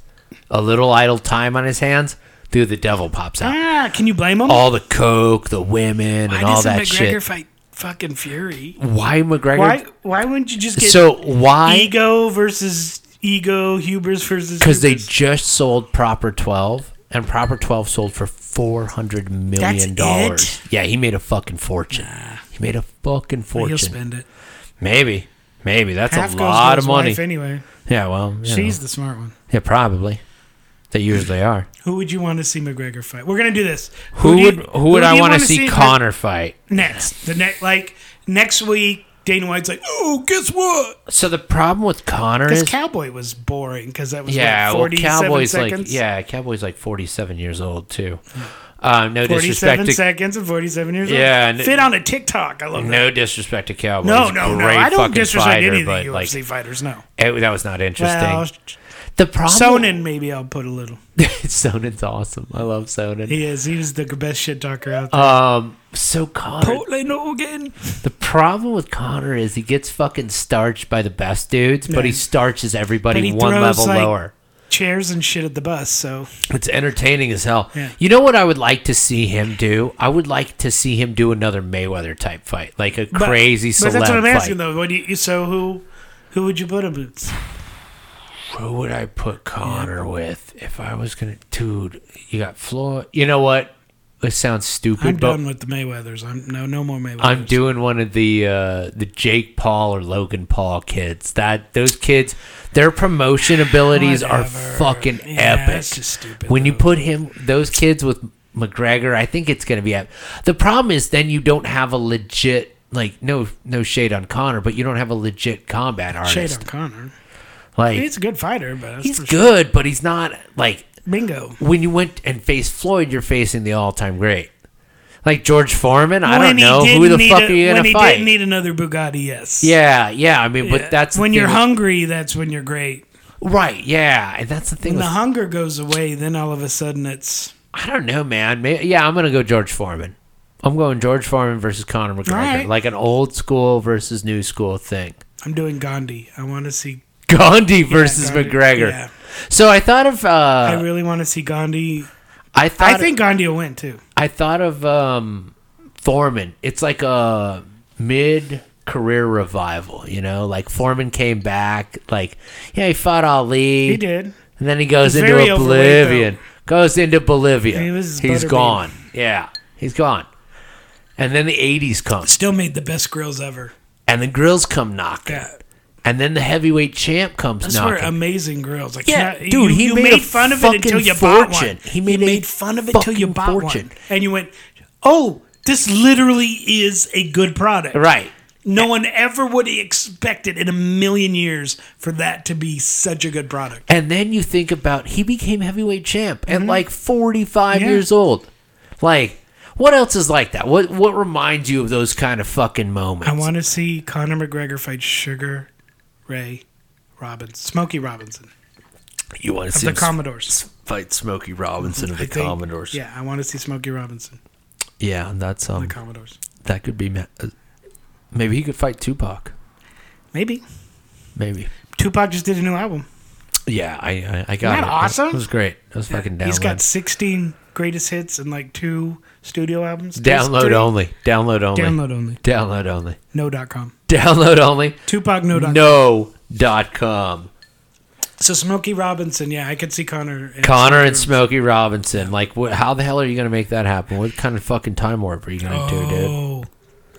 Speaker 2: a little idle time on his hands, dude, the devil pops out.
Speaker 1: ah, can you blame him?
Speaker 2: All the coke, the women,
Speaker 1: why
Speaker 2: and all
Speaker 1: doesn't
Speaker 2: that
Speaker 1: McGregor
Speaker 2: shit.
Speaker 1: fight fucking Fury?
Speaker 2: Why McGregor?
Speaker 1: Why? Why wouldn't you just get
Speaker 2: so why?
Speaker 1: ego versus ego, hubris versus
Speaker 2: Because they
Speaker 1: hubris.
Speaker 2: just sold Proper Twelve, and Proper Twelve sold for four hundred million dollars.
Speaker 1: That's
Speaker 2: Yeah, he made a fucking fortune. He made a fucking
Speaker 1: he'll
Speaker 2: fortune.
Speaker 1: spend it.
Speaker 2: Maybe, maybe that's
Speaker 1: Half
Speaker 2: a
Speaker 1: goes
Speaker 2: lot
Speaker 1: to
Speaker 2: of
Speaker 1: his
Speaker 2: money.
Speaker 1: wife anyway.
Speaker 2: yeah, well, you know.
Speaker 1: She's the smart one.
Speaker 2: yeah, probably. They usually are.
Speaker 1: Who would you want to see McGregor fight? We're gonna do this.
Speaker 2: Who,
Speaker 1: do you-
Speaker 2: would who would
Speaker 1: do
Speaker 2: I
Speaker 1: you
Speaker 2: want to
Speaker 1: wanna
Speaker 2: see
Speaker 1: in
Speaker 2: Connor fight?
Speaker 1: the- next? The next, like next week, Dana White's like, oh, guess what?
Speaker 2: So the problem with Connor
Speaker 1: Because
Speaker 2: is
Speaker 1: Cowboy was boring because that was
Speaker 2: yeah,
Speaker 1: yeah,
Speaker 2: well,
Speaker 1: forty
Speaker 2: Cowboy's
Speaker 1: seconds.
Speaker 2: like yeah, Cowboy's like forty-seven years old too. Uh, no disrespect
Speaker 1: forty-seven
Speaker 2: to
Speaker 1: seconds and forty-seven years
Speaker 2: Yeah,
Speaker 1: old.
Speaker 2: and-
Speaker 1: fit on a TikTok. I love that.
Speaker 2: no disrespect to Cowboy.
Speaker 1: No,
Speaker 2: He's a
Speaker 1: no, no.
Speaker 2: great
Speaker 1: I don't
Speaker 2: fucking
Speaker 1: disrespect
Speaker 2: fighter,
Speaker 1: any of the
Speaker 2: but,
Speaker 1: UFC
Speaker 2: like,
Speaker 1: fighters. No.
Speaker 2: it- that was not interesting.
Speaker 1: Well,
Speaker 2: the problem,
Speaker 1: Sonnen, maybe I'll put a little.
Speaker 2: Sonen's awesome. I love Sonen.
Speaker 1: He is. He was the best shit talker out there.
Speaker 2: Um, so Connor,
Speaker 1: Portland, Oregon.
Speaker 2: the problem with Connor is he gets fucking starched by the best dudes, but he starches everybody
Speaker 1: But he
Speaker 2: one
Speaker 1: throws,
Speaker 2: level
Speaker 1: like,
Speaker 2: lower.
Speaker 1: chairs and shit at the bus. So
Speaker 2: It's entertaining as hell.
Speaker 1: Yeah.
Speaker 2: You know what I would like to see him do? I would like to see him do another Mayweather type fight, like a
Speaker 1: but-
Speaker 2: crazy
Speaker 1: But
Speaker 2: celeb
Speaker 1: that's what I'm asking
Speaker 2: fight.
Speaker 1: though. What do you, so who who would you put him with?
Speaker 2: Who would I put Connor with if I was gonna? Dude, you got Floyd. You know what? This sounds stupid,
Speaker 1: I'm
Speaker 2: but
Speaker 1: done with the Mayweather's. I'm no no more Mayweather's.
Speaker 2: I'm doing one of the uh, the Jake Paul or Logan Paul kids. That those kids, their promotion abilities are
Speaker 1: Whatever.
Speaker 2: fucking
Speaker 1: Yeah,
Speaker 2: epic.
Speaker 1: that's just stupid,
Speaker 2: When you
Speaker 1: though.
Speaker 2: put him, those kids with McGregor, I think it's gonna be. ep- The problem is then you don't have a legit like no no shade on Connor, but you don't have a legit combat artist.
Speaker 1: Shade on Connor.
Speaker 2: like
Speaker 1: He's a good fighter, but that's
Speaker 2: he's
Speaker 1: for
Speaker 2: good, but he's not like
Speaker 1: sure. Bingo.
Speaker 2: when you went and faced Floyd, you're facing the all time great. Like George Foreman, I
Speaker 1: When
Speaker 2: don't
Speaker 1: he
Speaker 2: know who
Speaker 1: didn't
Speaker 2: the
Speaker 1: need
Speaker 2: fuck
Speaker 1: a-
Speaker 2: are you
Speaker 1: when
Speaker 2: gonna
Speaker 1: he
Speaker 2: fight.
Speaker 1: didn't need another Bugatti. Yes.
Speaker 2: Yeah, yeah. I mean,
Speaker 1: Yeah.
Speaker 2: but that's the
Speaker 1: when you're
Speaker 2: thing
Speaker 1: hungry. That's when you're great.
Speaker 2: with- right? Yeah, and that's the thing.
Speaker 1: When
Speaker 2: With,
Speaker 1: the hunger goes away, then all of a sudden it's
Speaker 2: I don't know, man. May yeah, I'm gonna go George Foreman. I'm going George Foreman versus Conor McGregor,
Speaker 1: right.
Speaker 2: like an old school versus new school thing.
Speaker 1: I'm doing Gandhi. I want to see.
Speaker 2: Gandhi versus
Speaker 1: Gandhi,
Speaker 2: McGregor.
Speaker 1: yeah.
Speaker 2: So I thought of. Uh,
Speaker 1: I
Speaker 2: I,
Speaker 1: really want to see Gandhi.
Speaker 2: thought.
Speaker 1: I think Gandhi will win too.
Speaker 2: I thought of um, Foreman. It's like a mid career revival, you know. Like Foreman came back. Like yeah, he fought Ali.
Speaker 1: He did.
Speaker 2: And then he goes
Speaker 1: He's
Speaker 2: into
Speaker 1: very overweight,
Speaker 2: oblivion. Goes into Bolivia.
Speaker 1: He was
Speaker 2: he's
Speaker 1: butterbean.
Speaker 2: gone. Yeah, he's gone. And then the 80s come.
Speaker 1: Still made the best grills ever.
Speaker 2: And the grills come knocking.
Speaker 1: Yeah.
Speaker 2: And then the heavyweight champ comes
Speaker 1: Those were
Speaker 2: knocking.
Speaker 1: amazing grills. Like,
Speaker 2: Yeah,
Speaker 1: yeah,
Speaker 2: dude,
Speaker 1: you,
Speaker 2: he
Speaker 1: you
Speaker 2: made
Speaker 1: made,
Speaker 2: a
Speaker 1: fun of it until
Speaker 2: fucking
Speaker 1: you bought one.
Speaker 2: fortune. He made
Speaker 1: you
Speaker 2: a
Speaker 1: made fun of it until you
Speaker 2: fucking
Speaker 1: bought
Speaker 2: fortune.
Speaker 1: one, and you went, "Oh, this literally is a good product."
Speaker 2: right.
Speaker 1: No one ever would expect it in a million years for that to be such a good product.
Speaker 2: And then you think about he became heavyweight champ at like 45
Speaker 1: Mm-hmm. Yeah.
Speaker 2: years old. Like, what else is like that? What what reminds you of those kind of fucking moments?
Speaker 1: I want to see Conor McGregor fight Sugar Ray Robbins, Smokey Robinson
Speaker 2: you want to
Speaker 1: of
Speaker 2: see
Speaker 1: the
Speaker 2: him
Speaker 1: Commodores.
Speaker 2: fight Smokey Robinson of the
Speaker 1: I think-
Speaker 2: Commodores.
Speaker 1: Yeah, I want to see Smokey Robinson,
Speaker 2: yeah, that's um,
Speaker 1: the Commodores.
Speaker 2: That could be. ma- uh, Maybe he could fight Tupac.
Speaker 1: Maybe
Speaker 2: Maybe.
Speaker 1: Tupac just did a new album.
Speaker 2: Yeah, I I, I got
Speaker 1: Isn't that
Speaker 2: it.
Speaker 1: awesome?
Speaker 2: It was great. It was fucking download.
Speaker 1: He's got 16 greatest hits and like two studio albums. Two-
Speaker 2: download
Speaker 1: three-
Speaker 2: only. Download only.
Speaker 1: Download only.
Speaker 2: Download only.
Speaker 1: No.com.
Speaker 2: Download only.
Speaker 1: Tupac no. dot
Speaker 2: No. Dot com.
Speaker 1: So Smokey Robinson, yeah, I could see Connor. And
Speaker 2: Connor and
Speaker 1: Smokey
Speaker 2: Smokey Robinson. Like, what, how the hell are you gonna make that happen? What kind of fucking time warp are you gonna do, dude?
Speaker 1: Oh,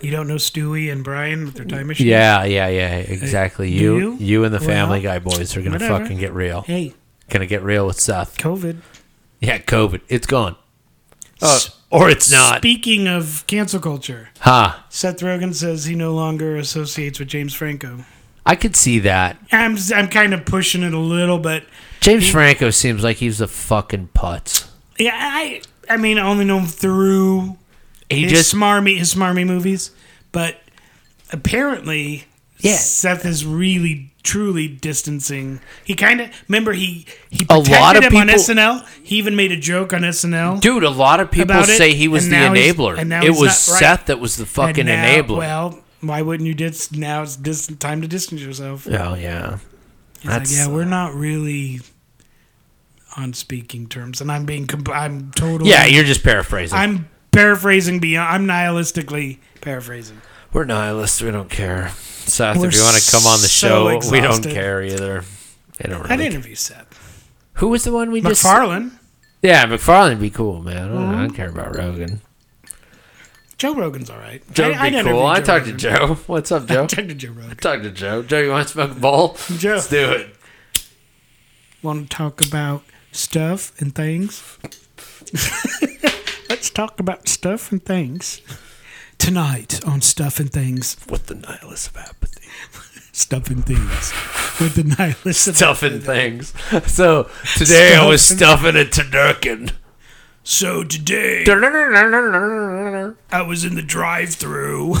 Speaker 1: you don't know Stewie and Brian with their time machine?
Speaker 2: Yeah, yeah, yeah. Exactly.
Speaker 1: do
Speaker 2: You, you,
Speaker 1: you?
Speaker 2: and the
Speaker 1: Well,
Speaker 2: Family Guy boys are gonna
Speaker 1: whatever.
Speaker 2: fucking get real.
Speaker 1: Hey,
Speaker 2: Gonna get real with Seth.
Speaker 1: COVID.
Speaker 2: Yeah, COVID. It's gone. Uh,
Speaker 1: S-
Speaker 2: or it's not.
Speaker 1: Speaking of cancel culture,
Speaker 2: Huh.
Speaker 1: Seth Rogen says he no longer associates with James Franco.
Speaker 2: I could see that.
Speaker 1: I'm I'm kind of pushing it a little, but
Speaker 2: James Franco seems like he's a fucking putz.
Speaker 1: yeah, I I mean I only know him through
Speaker 2: He
Speaker 1: his
Speaker 2: just
Speaker 1: smarmy his smarmy movies, but apparently
Speaker 2: Yeah.
Speaker 1: Seth is really truly distancing. He kind of remember he he
Speaker 2: A lot
Speaker 1: protected
Speaker 2: of
Speaker 1: him on
Speaker 2: people-
Speaker 1: SNL. He even made a joke on SNL.
Speaker 2: dude. A lot of people
Speaker 1: About it,
Speaker 2: say he was
Speaker 1: and
Speaker 2: the
Speaker 1: now he's-
Speaker 2: enabler.
Speaker 1: and now
Speaker 2: It
Speaker 1: he's
Speaker 2: was
Speaker 1: not right.
Speaker 2: Seth that was the
Speaker 1: And
Speaker 2: fucking
Speaker 1: now-
Speaker 2: enabler.
Speaker 1: Well, why wouldn't you dis now it's dis- time to distance yourself?
Speaker 2: oh yeah,
Speaker 1: He's like,
Speaker 2: that's-
Speaker 1: yeah, we're not really on speaking terms, and I'm being comp- I'm totally
Speaker 2: yeah. You're just paraphrasing.
Speaker 1: I'm paraphrasing beyond. I'm nihilistically paraphrasing.
Speaker 2: we're nihilists. We don't care. Seth,
Speaker 1: We're
Speaker 2: if you want to come on the
Speaker 1: so
Speaker 2: show, we don't
Speaker 1: exhausted.
Speaker 2: care either. They don't really
Speaker 1: I
Speaker 2: care.
Speaker 1: didn't interview Seth
Speaker 2: Who was the one we just?
Speaker 1: McFarlane.
Speaker 2: Yeah, McFarlane would be cool, man. I don't,
Speaker 1: Mm-hmm.
Speaker 2: I don't care about Rogan.
Speaker 1: Joe Rogan's all right.
Speaker 2: Joe
Speaker 1: I- I
Speaker 2: would be
Speaker 1: interviewed
Speaker 2: cool. I talked to
Speaker 1: Rogan.
Speaker 2: Joe. What's up,
Speaker 1: I
Speaker 2: Joe?
Speaker 1: talked to Joe Rogan.
Speaker 2: Talk to Joe. Joe, you want to smoke a bowl?
Speaker 1: Joe.
Speaker 2: Let's do it.
Speaker 1: Want to talk about stuff and things? Let's talk about stuff and things tonight on Stuff and Things.
Speaker 2: With the nihilist of apathy.
Speaker 1: Stuff and Things with the nihilist. of-
Speaker 2: stuffing things. So today I was stuffing a turducken.
Speaker 1: So today
Speaker 2: I
Speaker 1: I was in the drive-through.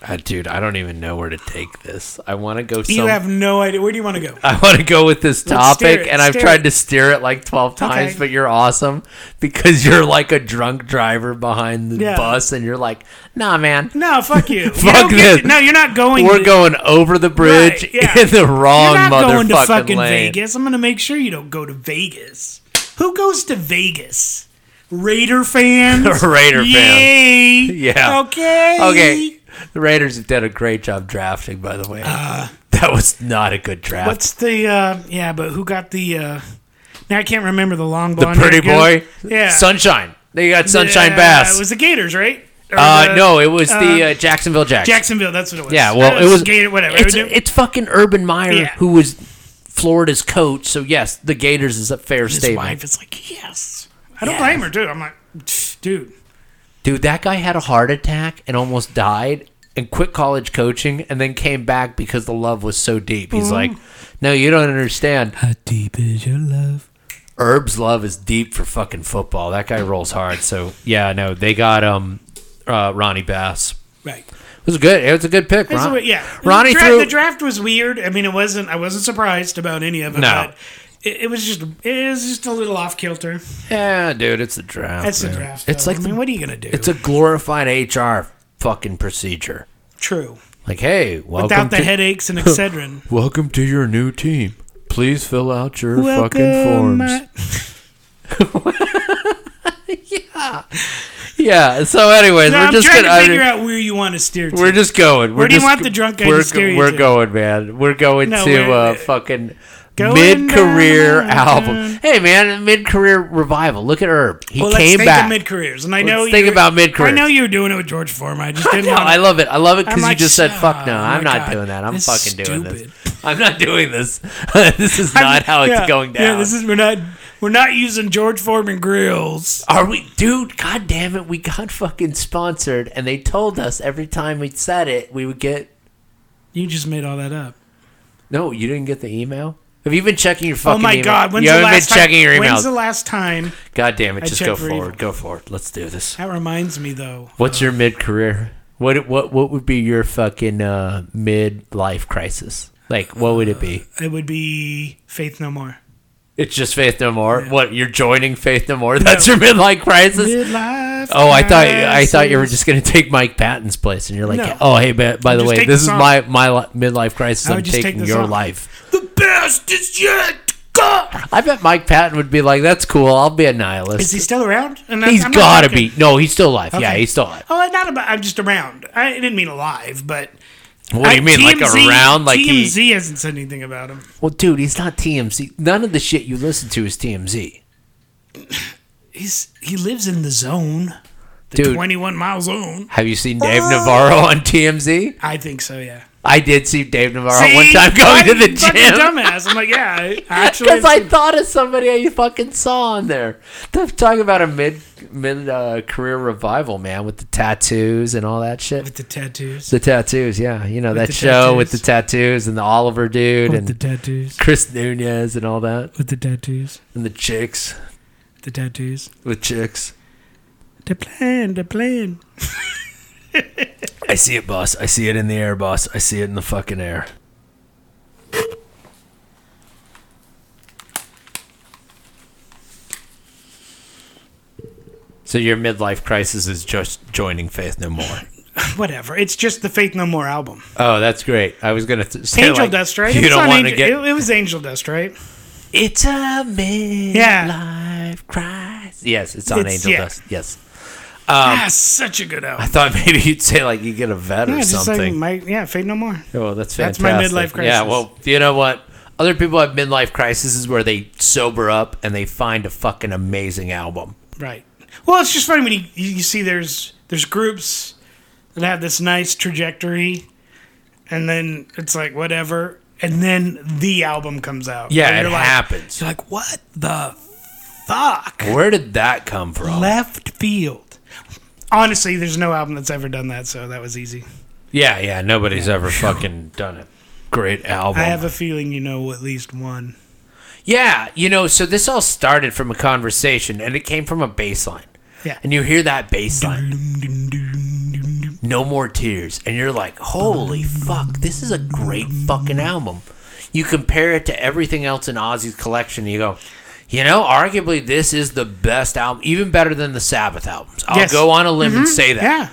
Speaker 2: Uh, dude, I don't even know where to take this. I want to go.
Speaker 1: You
Speaker 2: Some,
Speaker 1: have no idea. Where do you want to go?
Speaker 2: I want to go with this
Speaker 1: Let's steer
Speaker 2: topic,
Speaker 1: it,
Speaker 2: and I've
Speaker 1: steer
Speaker 2: tried
Speaker 1: it.
Speaker 2: to steer it like twelve times.
Speaker 1: Okay.
Speaker 2: But you're awesome because you're like a drunk driver behind the
Speaker 1: Yeah.
Speaker 2: bus, and you're like, "Nah, man,
Speaker 1: No, fuck you. You
Speaker 2: Fuck
Speaker 1: don't get
Speaker 2: this.
Speaker 1: to- No, you're not going.
Speaker 2: we're
Speaker 1: to,
Speaker 2: going over the bridge
Speaker 1: Right, yeah.
Speaker 2: in the wrong
Speaker 1: You're not going to
Speaker 2: motherfucking
Speaker 1: fucking
Speaker 2: lane."
Speaker 1: Vegas. I'm going to make sure you don't go to Vegas. Who goes to Vegas? Raider fans.
Speaker 2: Raider fans.
Speaker 1: Yay.
Speaker 2: Yeah.
Speaker 1: Okay.
Speaker 2: Okay, the Raiders have done a great job drafting, by the way. that was not a good draft.
Speaker 1: Uh. What's the uh yeah, but who got the uh now I can't remember the long
Speaker 2: the
Speaker 1: blonde.
Speaker 2: pretty
Speaker 1: hair
Speaker 2: boy,
Speaker 1: guy. Yeah.
Speaker 2: Sunshine. They got Sunshine
Speaker 1: Yeah,
Speaker 2: Bass.
Speaker 1: It was the Gators, right? Or
Speaker 2: uh,
Speaker 1: the-
Speaker 2: no, it was the uh, Jacksonville Jacks.
Speaker 1: Jacksonville, that's what it was.
Speaker 2: Yeah, well,
Speaker 1: Uh,
Speaker 2: it was
Speaker 1: Gator whatever.
Speaker 2: It's,
Speaker 1: It was-
Speaker 2: it's fucking Urban Meyer
Speaker 1: Yeah.
Speaker 2: who was Florida's coach. So yes, the Gators is a fair
Speaker 1: his
Speaker 2: statement,
Speaker 1: wife is like, "Yes." I don't
Speaker 2: Yeah.
Speaker 1: blame her, dude. I'm like, "Pfft, "Dude,
Speaker 2: dude. That guy had a heart attack and almost died, and quit college coaching, and then came back because the love was so deep. He's like,
Speaker 1: Mm-hmm.
Speaker 2: no, you don't understand.
Speaker 1: how deep is your love?"
Speaker 2: Herb's love is deep for fucking football. That guy rolls hard. So yeah, no, they got um uh, Ronnie Bass.
Speaker 1: Right.
Speaker 2: It was good. It was a good pick.
Speaker 1: That's
Speaker 2: Ron-
Speaker 1: the way- yeah.
Speaker 2: Ronnie
Speaker 1: the draft,
Speaker 2: threw
Speaker 1: the draft was weird. I mean, it wasn't. I wasn't surprised about any of it.
Speaker 2: No.
Speaker 1: But it, it was just. It was just a little off kilter.
Speaker 2: Yeah, dude, it's a draft.
Speaker 1: That's the
Speaker 2: man.
Speaker 1: draft.
Speaker 2: It's
Speaker 1: though.
Speaker 2: like
Speaker 1: I
Speaker 2: the
Speaker 1: mean, what are you gonna do?
Speaker 2: It's a glorified HR fucking procedure.
Speaker 1: True.
Speaker 2: Like, hey, welcome
Speaker 1: Without the
Speaker 2: to
Speaker 1: headaches and Excedrin.
Speaker 2: welcome to your new team. Please fill out your fucking forms.
Speaker 1: my-
Speaker 2: yeah. So, anyways,
Speaker 1: No,
Speaker 2: we're
Speaker 1: I'm
Speaker 2: just
Speaker 1: trying
Speaker 2: gonna.
Speaker 1: to figure
Speaker 2: I-
Speaker 1: out where you want to steer to.
Speaker 2: we're just going. We're
Speaker 1: do you
Speaker 2: just
Speaker 1: want
Speaker 2: go-
Speaker 1: the drunk guy to
Speaker 2: we're,
Speaker 1: steer you
Speaker 2: We're
Speaker 1: to?
Speaker 2: going, man. We're going
Speaker 1: No,
Speaker 2: to
Speaker 1: we're-
Speaker 2: uh, fucking
Speaker 1: Going
Speaker 2: mid-career
Speaker 1: down.
Speaker 2: album. Hey, man, mid-career revival. Look at Herb. He
Speaker 1: well, let's
Speaker 2: came
Speaker 1: think
Speaker 2: back.
Speaker 1: of mid careers, and I know
Speaker 2: Let's think
Speaker 1: you're-
Speaker 2: about mid-careers.
Speaker 1: I know you were doing it with George Foreman. I just didn't.
Speaker 2: No,
Speaker 1: want
Speaker 2: I love it. I love it
Speaker 1: I'm
Speaker 2: because
Speaker 1: like,
Speaker 2: you just said,
Speaker 1: "Shh,
Speaker 2: "Fuck no,
Speaker 1: oh
Speaker 2: I'm
Speaker 1: my
Speaker 2: not
Speaker 1: God,
Speaker 2: doing that. I'm
Speaker 1: this is
Speaker 2: fucking doing
Speaker 1: stupid."
Speaker 2: this. I'm not doing this. this is not how it's
Speaker 1: Yeah,
Speaker 2: going down."
Speaker 1: Yeah, this is we're not we're not using George Foreman grills.
Speaker 2: Are we, dude? God damn it, we got fucking sponsored, and they told us every time we said it, we would get.
Speaker 1: You just made all that up.
Speaker 2: No, you didn't get the email. Have you been checking your
Speaker 1: Oh
Speaker 2: fucking?
Speaker 1: my
Speaker 2: email?
Speaker 1: God! When's
Speaker 2: you
Speaker 1: the
Speaker 2: haven't
Speaker 1: last
Speaker 2: been
Speaker 1: time?
Speaker 2: checking your
Speaker 1: When's the
Speaker 2: email.
Speaker 1: last time?
Speaker 2: God damn it! Just
Speaker 1: check
Speaker 2: go
Speaker 1: for
Speaker 2: forward.
Speaker 1: email.
Speaker 2: Go forward. Let's do this.
Speaker 1: That reminds me though.
Speaker 2: What's your mid career? What what what would be your fucking uh, mid life crisis? Like, what would it be?
Speaker 1: It would be Faith No More.
Speaker 2: It's just Faith No More. What you're joining Faith No More? That's your midlife crisis.
Speaker 1: Midlife
Speaker 2: oh, I thought I thought you were
Speaker 1: crisis.
Speaker 2: just gonna take Mike Patton's place, and you're like,
Speaker 1: No.
Speaker 2: oh hey, by, by the
Speaker 1: Just
Speaker 2: way,
Speaker 1: take
Speaker 2: this
Speaker 1: the
Speaker 2: is
Speaker 1: song.
Speaker 2: my my li- midlife crisis.
Speaker 1: I would
Speaker 2: I'm
Speaker 1: just take
Speaker 2: taking
Speaker 1: the
Speaker 2: your
Speaker 1: song.
Speaker 2: life.
Speaker 1: the best is yet. to come.
Speaker 2: I bet Mike Patton would be like, that's cool. I'll be a nihilist.
Speaker 1: Is he still around? And that's-
Speaker 2: he's
Speaker 1: I'm not
Speaker 2: gotta
Speaker 1: joking.
Speaker 2: be. No, he's still alive. Yeah,
Speaker 1: Okay.
Speaker 2: he's still alive.
Speaker 1: Oh, not about. I'm just around. I didn't mean alive, but
Speaker 2: What do
Speaker 1: I-
Speaker 2: you mean, like
Speaker 1: TMZ
Speaker 2: around? Like
Speaker 1: TMZ
Speaker 2: he?
Speaker 1: hasn't said anything about him.
Speaker 2: Well, dude, he's not TMZ. None of the shit you listen to is TMZ.
Speaker 1: He's he lives in the zone, the Ah!
Speaker 2: Dude.
Speaker 1: 21 mile zone.
Speaker 2: Have you seen Dave Navarro on TMZ?
Speaker 1: I think so. Yeah.
Speaker 2: I did see Dave Navarro
Speaker 1: See?
Speaker 2: one time going
Speaker 1: I'm
Speaker 2: to the
Speaker 1: fucking
Speaker 2: gym.
Speaker 1: Dumbass. I'm like, yeah. I Actually,
Speaker 2: Because I thought of somebody I fucking saw on there. Th- Talk about a mid mid uh, career revival, man, with the tattoos and all that shit.
Speaker 1: with the tattoos.
Speaker 2: The tattoos, yeah, you know that
Speaker 1: the
Speaker 2: show with the tattoos and the Oliver dude
Speaker 1: With
Speaker 2: and
Speaker 1: the tattoos.
Speaker 2: Chris Nunez and all that
Speaker 1: With the tattoos.
Speaker 2: and the chicks
Speaker 1: The tattoos.
Speaker 2: with chicks.
Speaker 1: The plan. The plan.
Speaker 2: I see it, boss. I see it in the air, boss. I see it in the fucking air. So your midlife crisis is just joining Faith No More.
Speaker 1: Whatever. It's just the Faith No More album.
Speaker 2: Oh, that's great. I was gonna th- say
Speaker 1: Angel
Speaker 2: like,
Speaker 1: Dust, right? It
Speaker 2: You
Speaker 1: was
Speaker 2: don't
Speaker 1: on
Speaker 2: want to
Speaker 1: Angel-
Speaker 2: get.
Speaker 1: It, it was Angel Dust, right?
Speaker 2: it's a midlife crisis. Yes, it's on
Speaker 1: It's-
Speaker 2: Angel
Speaker 1: yeah.
Speaker 2: Dust. Yes,
Speaker 1: ah, such a good album.
Speaker 2: Um, I thought maybe you'd say like you get a vet or
Speaker 1: yeah, just like
Speaker 2: something.
Speaker 1: my yeah, Faith No More.
Speaker 2: Oh, that's
Speaker 1: That's
Speaker 2: fantastic.
Speaker 1: my midlife
Speaker 2: Yeah,
Speaker 1: crisis.
Speaker 2: well, you know what? Other people have midlife crises where they sober up and they find a fucking amazing album.
Speaker 1: Right. Well, it's just funny when you, you see there's there's groups that have this nice trajectory, and then it's like whatever, and then the album comes out.
Speaker 2: Yeah,
Speaker 1: And
Speaker 2: it
Speaker 1: you're like,
Speaker 2: happens.
Speaker 1: You're like, what the fuck?
Speaker 2: Where did that come from?
Speaker 1: Left field. Honestly, there's no album that's ever done that, so that was easy.
Speaker 2: yeah, yeah, nobody's ever fucking done a great album.
Speaker 1: I have a feeling you know at least one.
Speaker 2: yeah, you know, so this all started from a conversation and it came from a bass line.
Speaker 1: Yeah.
Speaker 2: And you hear that bass line. No More Tears. And you're like, holy fuck, this is a great fucking album. You compare it to everything else in Ozzy's collection, you go, you know, arguably this is the best album, even better than the Sabbath albums. I'll
Speaker 1: Yes. Mm-hmm.
Speaker 2: go on a limb and say that.
Speaker 1: Yeah.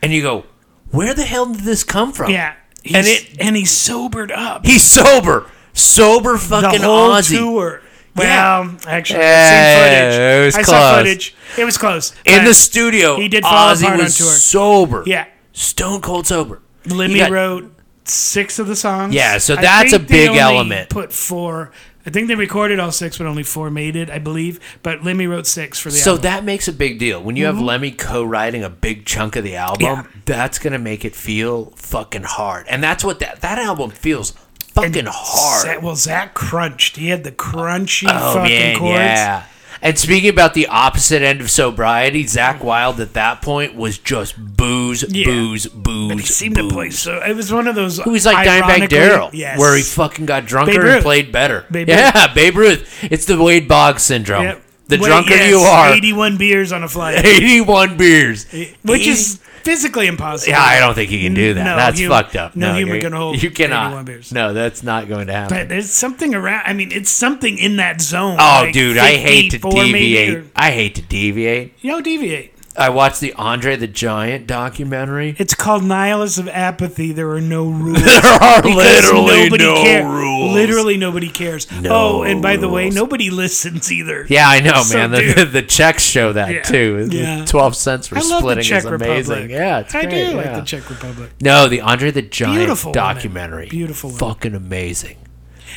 Speaker 2: And you go, where the hell did this come from?
Speaker 1: Yeah. He's,
Speaker 2: And it
Speaker 1: and he's sobered up.
Speaker 2: he's sober. Sober
Speaker 1: the
Speaker 2: fucking
Speaker 1: whole
Speaker 2: Ozzy.
Speaker 1: tour. Well,
Speaker 2: Yeah.
Speaker 1: actually,
Speaker 2: Yeah,
Speaker 1: I've seen
Speaker 2: it
Speaker 1: footage.
Speaker 2: was
Speaker 1: I
Speaker 2: close.
Speaker 1: saw footage. It was close.
Speaker 2: in
Speaker 1: but-
Speaker 2: the studio.
Speaker 1: He did fall
Speaker 2: Ozzy
Speaker 1: apart on
Speaker 2: was
Speaker 1: tour.
Speaker 2: Sober.
Speaker 1: Yeah.
Speaker 2: Stone cold sober.
Speaker 1: Lemmy
Speaker 2: You got-
Speaker 1: wrote six of the songs.
Speaker 2: Yeah, so
Speaker 1: I
Speaker 2: that's
Speaker 1: think
Speaker 2: a
Speaker 1: they
Speaker 2: big
Speaker 1: only
Speaker 2: element.
Speaker 1: Put four. I think they recorded all six, but only four made it, I believe. But Lemmy wrote six for the
Speaker 2: So
Speaker 1: album.
Speaker 2: that makes a big deal. When you have Lemmy co-writing a big chunk of the album,
Speaker 1: Mm-hmm. Yeah.
Speaker 2: that's gonna make it feel fucking hard. And that's what that that album feels fucking hard.
Speaker 1: Zach- well, Zach crunched. He had the crunchy
Speaker 2: oh
Speaker 1: fucking
Speaker 2: man,
Speaker 1: chords.
Speaker 2: yeah. And speaking about the opposite end of sobriety, Zach
Speaker 1: Mm.
Speaker 2: Wilde at that point was just booze, booze, booze.
Speaker 1: He seemed
Speaker 2: booze.
Speaker 1: to play so. It was one of those.
Speaker 2: He was like Dimebag Daryl,
Speaker 1: Yes.
Speaker 2: where he fucking got
Speaker 1: Babe
Speaker 2: drunker and
Speaker 1: Ruth.
Speaker 2: played better.
Speaker 1: Babe
Speaker 2: yeah, Babe Ruth. It's the Wade Boggs syndrome.
Speaker 1: Yep.
Speaker 2: The
Speaker 1: Wait,
Speaker 2: drunker
Speaker 1: yes,
Speaker 2: you are,
Speaker 1: 81 beers on a flight,
Speaker 2: 81 beers.
Speaker 1: which
Speaker 2: He-
Speaker 1: is physically impossible.
Speaker 2: Yeah, I don't think he can do that.
Speaker 1: No,
Speaker 2: that's
Speaker 1: hum-
Speaker 2: fucked up.
Speaker 1: no human
Speaker 2: you-
Speaker 1: can hold
Speaker 2: You cannot.
Speaker 1: 81 beers.
Speaker 2: No, that's not going to happen.
Speaker 1: But there's something around. I mean, it's something in that zone.
Speaker 2: oh,
Speaker 1: like
Speaker 2: dude, I hate to
Speaker 1: 54 maybe,
Speaker 2: deviate.
Speaker 1: or-
Speaker 2: I hate to deviate.
Speaker 1: you know, deviate.
Speaker 2: I watched the Andre the Giant documentary.
Speaker 1: It's called Nihilist of Apathy. There are no rules.
Speaker 2: There are
Speaker 1: Because
Speaker 2: literally
Speaker 1: nobody
Speaker 2: no
Speaker 1: care-
Speaker 2: rules.
Speaker 1: Literally nobody cares.
Speaker 2: No
Speaker 1: oh, and by the way,
Speaker 2: rules.
Speaker 1: nobody listens either.
Speaker 2: Yeah, I know,
Speaker 1: So,
Speaker 2: man. The, the,
Speaker 1: dude.
Speaker 2: checks show that
Speaker 1: Yeah.
Speaker 2: too. The
Speaker 1: Yeah.
Speaker 2: Twelve cents for
Speaker 1: I love
Speaker 2: splitting
Speaker 1: the Czech
Speaker 2: is amazing.
Speaker 1: Republic.
Speaker 2: Yeah, it's
Speaker 1: I
Speaker 2: great,
Speaker 1: do like
Speaker 2: yeah.
Speaker 1: the Czech Republic.
Speaker 2: No, the Andre the Giant
Speaker 1: Beautiful woman.
Speaker 2: documentary.
Speaker 1: Beautiful woman.
Speaker 2: Fucking amazing,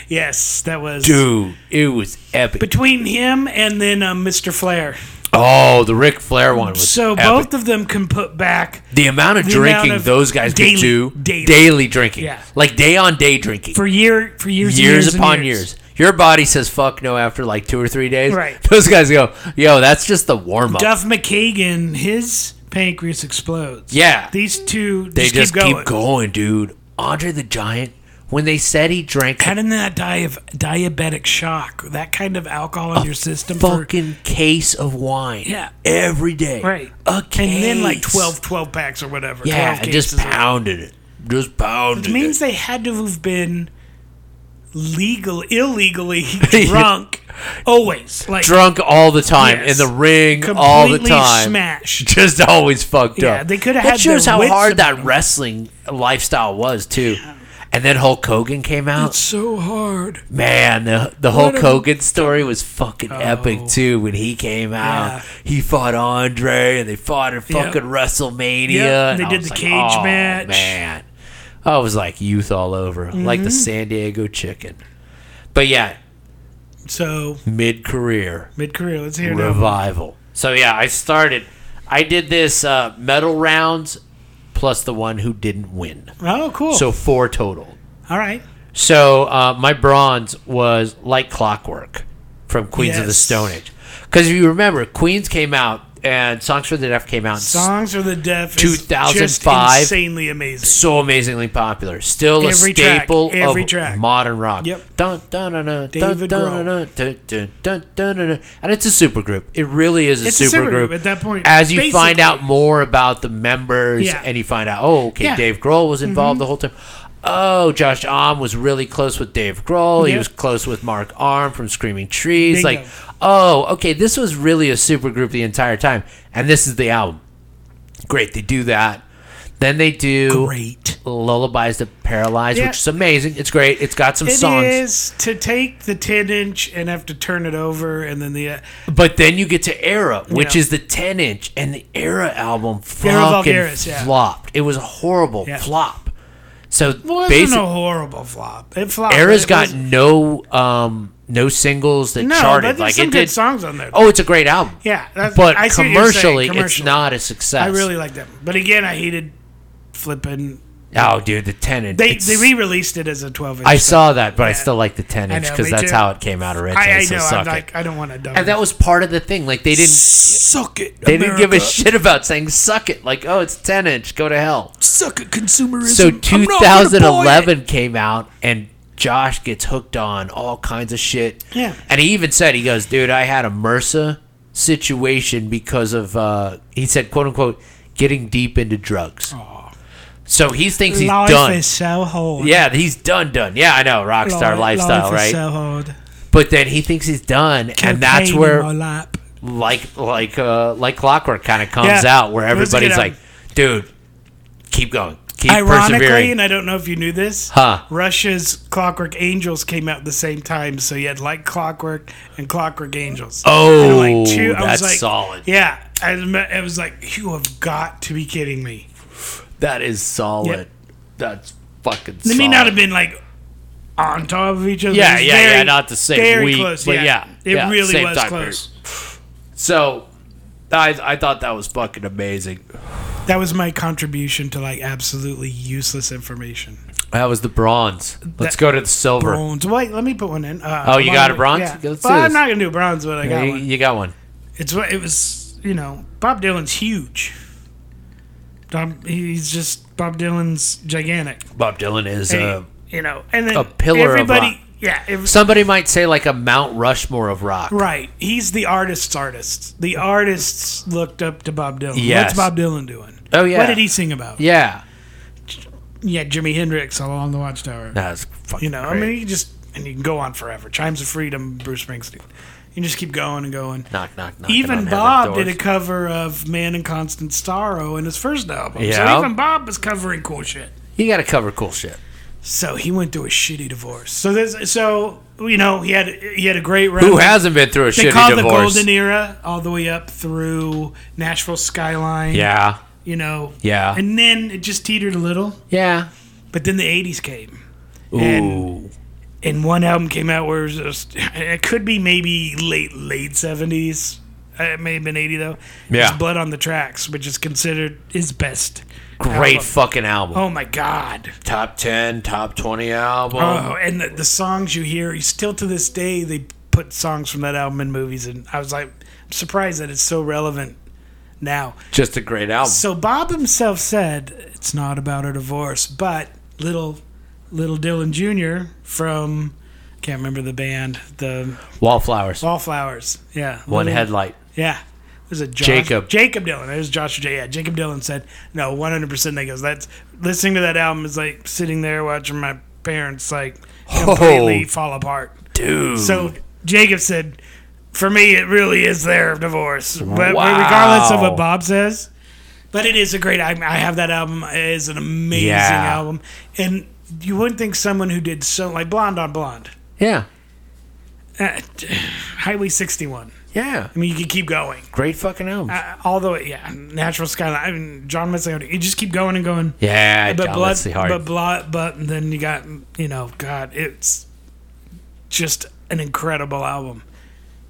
Speaker 1: Yes, that was
Speaker 2: dude. It was epic.
Speaker 1: between him and then um, Mr. Flair.
Speaker 2: oh, the Ric Flair one was
Speaker 1: So
Speaker 2: epic.
Speaker 1: both of them can put back
Speaker 2: the amount of
Speaker 1: the amount
Speaker 2: drinking
Speaker 1: of
Speaker 2: those guys
Speaker 1: daily-
Speaker 2: could do
Speaker 1: daily.
Speaker 2: drinking,
Speaker 1: Yeah.
Speaker 2: like day on day drinking
Speaker 1: for year for years,
Speaker 2: years,
Speaker 1: and years and
Speaker 2: upon years. Your body says fuck no after like two or three days.
Speaker 1: Right.
Speaker 2: Those guys go, yo, that's just the warm up.
Speaker 1: Duff McKagan, his pancreas explodes.
Speaker 2: Yeah.
Speaker 1: These two
Speaker 2: they just, keep,
Speaker 1: going.
Speaker 2: going, dude. Andre the Giant, when they said he drank
Speaker 1: How did that die of diabetic shock? That kind of alcohol in your system for
Speaker 2: fucking case of wine.
Speaker 1: Yeah.
Speaker 2: Every day.
Speaker 1: right.
Speaker 2: A case.
Speaker 1: And then like 12, 12 packs or whatever.
Speaker 2: Yeah,
Speaker 1: 12
Speaker 2: and just
Speaker 1: cases of-
Speaker 2: pounded it. Just pounded
Speaker 1: It means
Speaker 2: it.
Speaker 1: they had to have been legal, illegally drunk always. Like
Speaker 2: Drunk all the time.
Speaker 1: Yes.
Speaker 2: In the ring
Speaker 1: completely
Speaker 2: all the time.
Speaker 1: smashed.
Speaker 2: Just always fucked
Speaker 1: Yeah,
Speaker 2: up.
Speaker 1: they could have
Speaker 2: That
Speaker 1: had
Speaker 2: shows
Speaker 1: their
Speaker 2: how
Speaker 1: wits
Speaker 2: hard that
Speaker 1: about
Speaker 2: wrestling lifestyle was, too. And then Hulk Hogan came out.
Speaker 1: So hard.
Speaker 2: Man, the, the Hulk
Speaker 1: a-
Speaker 2: Hogan story was fucking epic too. When he came out,
Speaker 1: Oh. Yeah.
Speaker 2: he fought Andre, and they fought at
Speaker 1: Yep.
Speaker 2: fucking WrestleMania.
Speaker 1: Yep,
Speaker 2: and
Speaker 1: they
Speaker 2: I
Speaker 1: did
Speaker 2: was
Speaker 1: the
Speaker 2: like,
Speaker 1: cage
Speaker 2: "Oh,
Speaker 1: match."
Speaker 2: Man, I was like youth all over, like
Speaker 1: Mm-hmm.
Speaker 2: the San Diego Chicken. But yeah,
Speaker 1: So
Speaker 2: mid career
Speaker 1: mid career, let's hear it. now.
Speaker 2: revival. So yeah, I started. I did this uh, medal rounds plus the one who didn't win,
Speaker 1: Oh, cool.
Speaker 2: so four total.
Speaker 1: all right.
Speaker 2: So uh, my bronze was like clockwork from Queens of the
Speaker 1: Yes.
Speaker 2: Stone Age. Because if you remember, Queens came out and Songs for the Deaf came out. and
Speaker 1: Songs for the Deaf is
Speaker 2: 2005.
Speaker 1: just insanely amazing.
Speaker 2: so amazingly popular, still a
Speaker 1: Every track,
Speaker 2: staple
Speaker 1: every
Speaker 2: of
Speaker 1: track.
Speaker 2: modern rock.
Speaker 1: Yep.
Speaker 2: Dun, dun, dun, dun, dun,
Speaker 1: David
Speaker 2: dun, dun, dun, dun, dun, dun, dun, dun. And it's a super group. It really is a,
Speaker 1: It's a
Speaker 2: super,
Speaker 1: supergroup
Speaker 2: group.
Speaker 1: at that point,
Speaker 2: as you find
Speaker 1: basically.
Speaker 2: out more about the members,
Speaker 1: Yeah.
Speaker 2: and you find out, oh, okay,
Speaker 1: Yeah. Mm-hmm.
Speaker 2: Dave Grohl was involved the whole time. Oh, Josh Om was really close with Dave Grohl. He
Speaker 1: Yep.
Speaker 2: was close with Mark Arm from Screaming Trees.
Speaker 1: Bingo.
Speaker 2: Like, oh, okay, this was really a supergroup the entire time, and this is the album. Great, they do that. Then they do
Speaker 1: Great.
Speaker 2: Lullabies to Paralyze,
Speaker 1: Yeah.
Speaker 2: which is amazing. It's great. It's got some
Speaker 1: It is
Speaker 2: songs.
Speaker 1: to take the 10 inch and have to turn it over, and then the uh,
Speaker 2: But then you get to Era, which
Speaker 1: Yeah.
Speaker 2: is the 10 inch, and the Era album
Speaker 1: Era
Speaker 2: fucking
Speaker 1: Vulgaris, yeah.
Speaker 2: flopped. It was a horrible
Speaker 1: Yeah.
Speaker 2: flop. So
Speaker 1: wasn't a
Speaker 2: basically,
Speaker 1: horrible flop. It flopped. but
Speaker 2: Era's
Speaker 1: it
Speaker 2: got
Speaker 1: wasn't-
Speaker 2: no um, no singles that
Speaker 1: no, but
Speaker 2: charted.
Speaker 1: there's
Speaker 2: Like
Speaker 1: some
Speaker 2: it
Speaker 1: good
Speaker 2: did.
Speaker 1: songs on there.
Speaker 2: Oh, it's a great album.
Speaker 1: yeah, that's,
Speaker 2: But
Speaker 1: I see what you're saying,
Speaker 2: commercially, it's
Speaker 1: commercially.
Speaker 2: not a success.
Speaker 1: I really like them, but again, I hated flipping.
Speaker 2: Oh, dude, the 10 inch.
Speaker 1: They
Speaker 2: it's-
Speaker 1: they re-released it as a 12 inch.
Speaker 2: I saw that, but I
Speaker 1: Yeah.
Speaker 2: still like the 10 inch
Speaker 1: know,
Speaker 2: because
Speaker 1: me
Speaker 2: that's
Speaker 1: too.
Speaker 2: how it came out originally.
Speaker 1: I, I
Speaker 2: so
Speaker 1: know.
Speaker 2: suck
Speaker 1: I'm
Speaker 2: it.
Speaker 1: like I don't want to dumb.
Speaker 2: And that was part of the thing. Like they didn't
Speaker 1: suck it.
Speaker 2: they didn't give a shit about saying suck it. Like, oh, it's 10 inch, go to hell.
Speaker 1: Suck it, consumerism.
Speaker 2: So 2011 came out and Josh gets hooked on all kinds of shit.
Speaker 1: Yeah.
Speaker 2: And he even said, he goes, dude, I had a MRSA situation because of, uh, he said, quote unquote, getting deep into drugs. So he thinks he's
Speaker 1: Life
Speaker 2: done.
Speaker 1: is so hard.
Speaker 2: yeah, he's done, done. Yeah, I know, rock star
Speaker 1: Life-
Speaker 2: lifestyle,
Speaker 1: life
Speaker 2: right?
Speaker 1: Is so hard.
Speaker 2: but then he thinks he's done, and that's
Speaker 1: Cocaine in
Speaker 2: where
Speaker 1: my lap.
Speaker 2: like like uh like clockwork kind of comes
Speaker 1: Yeah.
Speaker 2: out where
Speaker 1: Let's get out.
Speaker 2: everybody's like dude keep going keep
Speaker 1: Ironically,
Speaker 2: persevering
Speaker 1: and I don't know if you knew this,
Speaker 2: Huh.
Speaker 1: Russia's Clockwork Angels came out at the same time, so you had like Clockwork and Clockwork Angels. And
Speaker 2: oh
Speaker 1: I'm like, two- I was
Speaker 2: that's
Speaker 1: like-
Speaker 2: solid
Speaker 1: Yeah, I was, I was like, you have got to be kidding me.
Speaker 2: that is solid
Speaker 1: Yep.
Speaker 2: that's fucking
Speaker 1: They
Speaker 2: solid.
Speaker 1: may not have been like on top of each other. It
Speaker 2: yeah
Speaker 1: was
Speaker 2: yeah
Speaker 1: very-
Speaker 2: yeah not the same
Speaker 1: very
Speaker 2: week
Speaker 1: close,
Speaker 2: but
Speaker 1: yeah.
Speaker 2: yeah,
Speaker 1: It
Speaker 2: yeah,
Speaker 1: really
Speaker 2: same
Speaker 1: was
Speaker 2: time
Speaker 1: close.
Speaker 2: period. so I, I thought that was fucking amazing
Speaker 1: That was my contribution to like absolutely useless information.
Speaker 2: that was the bronze let's
Speaker 1: That-
Speaker 2: go to the silver
Speaker 1: Bronze. Wait, let me put one in. Uh,
Speaker 2: Oh, you
Speaker 1: why
Speaker 2: got
Speaker 1: don't
Speaker 2: a
Speaker 1: we-
Speaker 2: bronze?
Speaker 1: Yeah.
Speaker 2: Let's do
Speaker 1: well, I'm
Speaker 2: this.
Speaker 1: not gonna do a bronze, but I got
Speaker 2: you,
Speaker 1: one.
Speaker 2: you got one
Speaker 1: It's what it was. You know, Bob Dylan's huge. Bob, he's just Bob Dylan's gigantic.
Speaker 2: bob dylan is uh,
Speaker 1: you know, and then
Speaker 2: a pillar of
Speaker 1: everybody.
Speaker 2: rock.
Speaker 1: yeah, ev-
Speaker 2: somebody might say like a mount rushmore of rock
Speaker 1: right. He's the artist's artist. The artists looked up to Bob Dylan.
Speaker 2: Yes.
Speaker 1: What's Bob Dylan doing?
Speaker 2: Oh, yeah.
Speaker 1: What did he sing about?
Speaker 2: yeah
Speaker 1: Yeah, Jimi Hendrix all along the Watchtower.
Speaker 2: That's fucking
Speaker 1: You know, I
Speaker 2: great.
Speaker 1: mean, you just and you can go on forever. Chimes of Freedom, Bruce Springsteen. You can just keep going and going.
Speaker 2: knock, knock, knock.
Speaker 1: even Bob did a cover of "Man and Constant Starro" in his first album.
Speaker 2: Yeah.
Speaker 1: So even Bob was covering cool shit.
Speaker 2: You got to cover cool shit.
Speaker 1: So he went through a shitty divorce. So there's so you know he had he had a great run.
Speaker 2: Who hasn't been through a
Speaker 1: They
Speaker 2: shitty
Speaker 1: call the
Speaker 2: divorce?
Speaker 1: golden era all the way up through Nashville skyline.
Speaker 2: yeah,
Speaker 1: you know.
Speaker 2: Yeah.
Speaker 1: and then it just teetered a little,
Speaker 2: yeah.
Speaker 1: but then the '80s came.
Speaker 2: Ooh,
Speaker 1: And- and one album came out where it, was just, it could be maybe late late seventies. Uh, It may have been eighty though.
Speaker 2: Yeah.
Speaker 1: it's Blood on the Tracks, which is considered his best.
Speaker 2: great
Speaker 1: album.
Speaker 2: fucking album.
Speaker 1: Oh my god!
Speaker 2: Top ten, top twenty album.
Speaker 1: Oh, and the, the songs you hear still to this day they put songs from that album in movies, and I was like I'm surprised that it's so relevant now.
Speaker 2: Just a great album.
Speaker 1: So Bob himself said it's not about a divorce, but little little Dylan Jr. from can't remember the band the
Speaker 2: Wallflowers.
Speaker 1: Oh. Wallflowers. Yeah.
Speaker 2: One
Speaker 1: Little-
Speaker 2: headlight.
Speaker 1: Yeah. Was it Josh,
Speaker 2: Jacob.
Speaker 1: Jacob Dylan. It was Joshua J. Yeah, Jacob Dylan said, no, 100%. They goes, that's listening to that album is like sitting there watching my parents like completely
Speaker 2: Oh.
Speaker 1: fall apart.
Speaker 2: Dude.
Speaker 1: So Jacob said, for me, it really is their divorce. But
Speaker 2: Wow.
Speaker 1: regardless of what Bob says, but it is a great I, I have that album. It is an amazing
Speaker 2: Yeah.
Speaker 1: album. And you wouldn't think someone who did so, like Blonde on Blonde,
Speaker 2: yeah,
Speaker 1: uh, Highway 61.
Speaker 2: yeah.
Speaker 1: I mean, you could keep going.
Speaker 2: Great fucking album.
Speaker 1: Uh, although, yeah, Natural Skyline, I mean, John Mazzotti, you just keep going and going.
Speaker 2: yeah,
Speaker 1: But
Speaker 2: John
Speaker 1: blood,
Speaker 2: Wesley Hart.
Speaker 1: but blood, but then you got, you know, God, it's just an incredible album.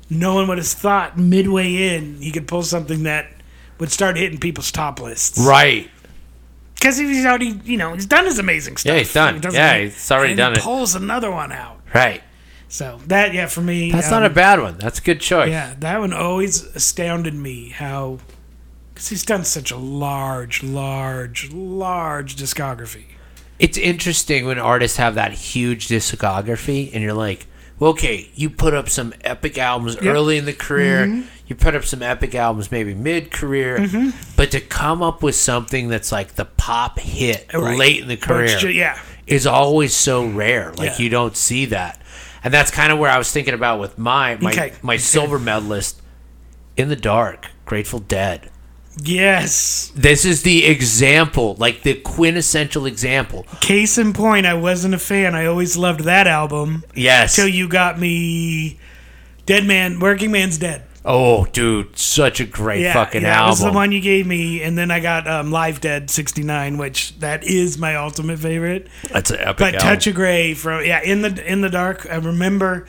Speaker 1: No one would have thought midway in he could pull something that would start hitting people's top lists.
Speaker 2: right.
Speaker 1: Because he's already, you know, he's done his amazing stuff.
Speaker 2: Yeah, he's done.
Speaker 1: He doesn't
Speaker 2: Yeah,
Speaker 1: need-
Speaker 2: he's already
Speaker 1: and
Speaker 2: done
Speaker 1: he
Speaker 2: it.
Speaker 1: pulls another one out.
Speaker 2: Right.
Speaker 1: So that, yeah, for me.
Speaker 2: That's
Speaker 1: um,
Speaker 2: not a bad one. That's a good choice.
Speaker 1: Yeah, that one always astounded me how, because he's done such a large, large, large discography.
Speaker 2: It's interesting when artists have that huge discography and you're like, well, okay, you put up some epic albums early in the career,
Speaker 1: Mm-hmm.
Speaker 2: you put up some epic albums maybe mid career,
Speaker 1: Mm-hmm.
Speaker 2: but to come up with something that's like the pop hit
Speaker 1: Right.
Speaker 2: late in the
Speaker 1: But it's
Speaker 2: career
Speaker 1: ju- yeah,
Speaker 2: is always so rare. Like
Speaker 1: Yeah.
Speaker 2: you don't see that. And that's kind of where I was thinking about with my my,
Speaker 1: Okay.
Speaker 2: my silver medalist in the dark, Grateful Dead
Speaker 1: yes.
Speaker 2: this is the example, like the quintessential example.
Speaker 1: Case in point, I wasn't a fan. I always loved that album
Speaker 2: Yes.
Speaker 1: till you got me. Dead Man, Working Man's Dead.
Speaker 2: oh, dude, such a great
Speaker 1: Yeah,
Speaker 2: fucking
Speaker 1: yeah, That was
Speaker 2: album.
Speaker 1: the one you gave me, and then I got um, Live Dead '69, which that is my ultimate favorite.
Speaker 2: That's an epic
Speaker 1: But
Speaker 2: album.
Speaker 1: Touch of Grey from yeah, in the in the dark. I remember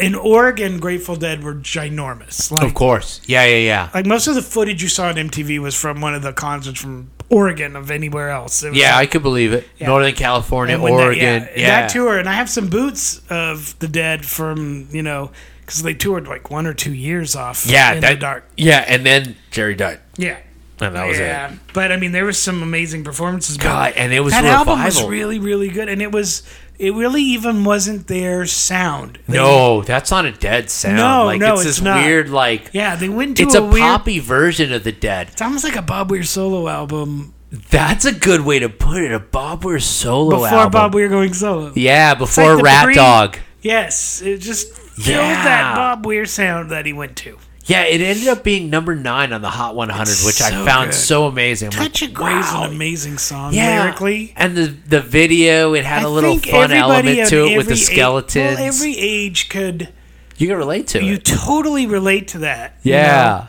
Speaker 1: in Oregon, Grateful Dead were ginormous. Like,
Speaker 2: of course. Yeah, yeah, yeah.
Speaker 1: like most of the footage you saw on MTV was from one of the concerts from Oregon of anywhere else. It was
Speaker 2: yeah, I
Speaker 1: like-
Speaker 2: could believe it. Northern California,
Speaker 1: and when that-
Speaker 2: Oregon.
Speaker 1: yeah,
Speaker 2: yeah,
Speaker 1: that tour, and I have some boots of the Dead from you know because they toured like one or two years off.
Speaker 2: Yeah,
Speaker 1: in
Speaker 2: that
Speaker 1: the dark.
Speaker 2: Yeah, and then Jerry died.
Speaker 1: Yeah,
Speaker 2: and that was
Speaker 1: yeah,
Speaker 2: it.
Speaker 1: but I mean, there was some amazing performances. but
Speaker 2: God, and it was
Speaker 1: that
Speaker 2: a
Speaker 1: album was
Speaker 2: revival.
Speaker 1: really, really good, and it was it really even wasn't their sound. They-
Speaker 2: No, that's not a dead sound.
Speaker 1: No,
Speaker 2: like
Speaker 1: no,
Speaker 2: it's this
Speaker 1: it's not.
Speaker 2: weird like
Speaker 1: yeah, they went to
Speaker 2: it's
Speaker 1: a,
Speaker 2: a,
Speaker 1: weird.
Speaker 2: poppy version of the dead.
Speaker 1: It's almost like a Bob Weir solo album
Speaker 2: That's a good way to put it. A Bob Weir solo
Speaker 1: before
Speaker 2: Oh, album.
Speaker 1: Bob Weir going solo.
Speaker 2: yeah, before
Speaker 1: the
Speaker 2: Rat
Speaker 1: Breed.
Speaker 2: Dog.
Speaker 1: Yes, it just killed
Speaker 2: Yeah.
Speaker 1: that Bob Weir sound that he went to.
Speaker 2: Yeah, it ended up being number nine on the Hot 100, which I
Speaker 1: so
Speaker 2: found
Speaker 1: good.
Speaker 2: so amazing. I'm
Speaker 1: Touch
Speaker 2: like,
Speaker 1: of Grey is
Speaker 2: wow.
Speaker 1: an amazing song
Speaker 2: yeah.
Speaker 1: lyrically.
Speaker 2: and the the video it had
Speaker 1: I
Speaker 2: a little
Speaker 1: think
Speaker 2: fun
Speaker 1: everybody
Speaker 2: element
Speaker 1: of
Speaker 2: to it with the
Speaker 1: every age-
Speaker 2: skeletons.
Speaker 1: well, every age could
Speaker 2: you can relate to
Speaker 1: you
Speaker 2: it.
Speaker 1: totally relate to that. you
Speaker 2: Yeah,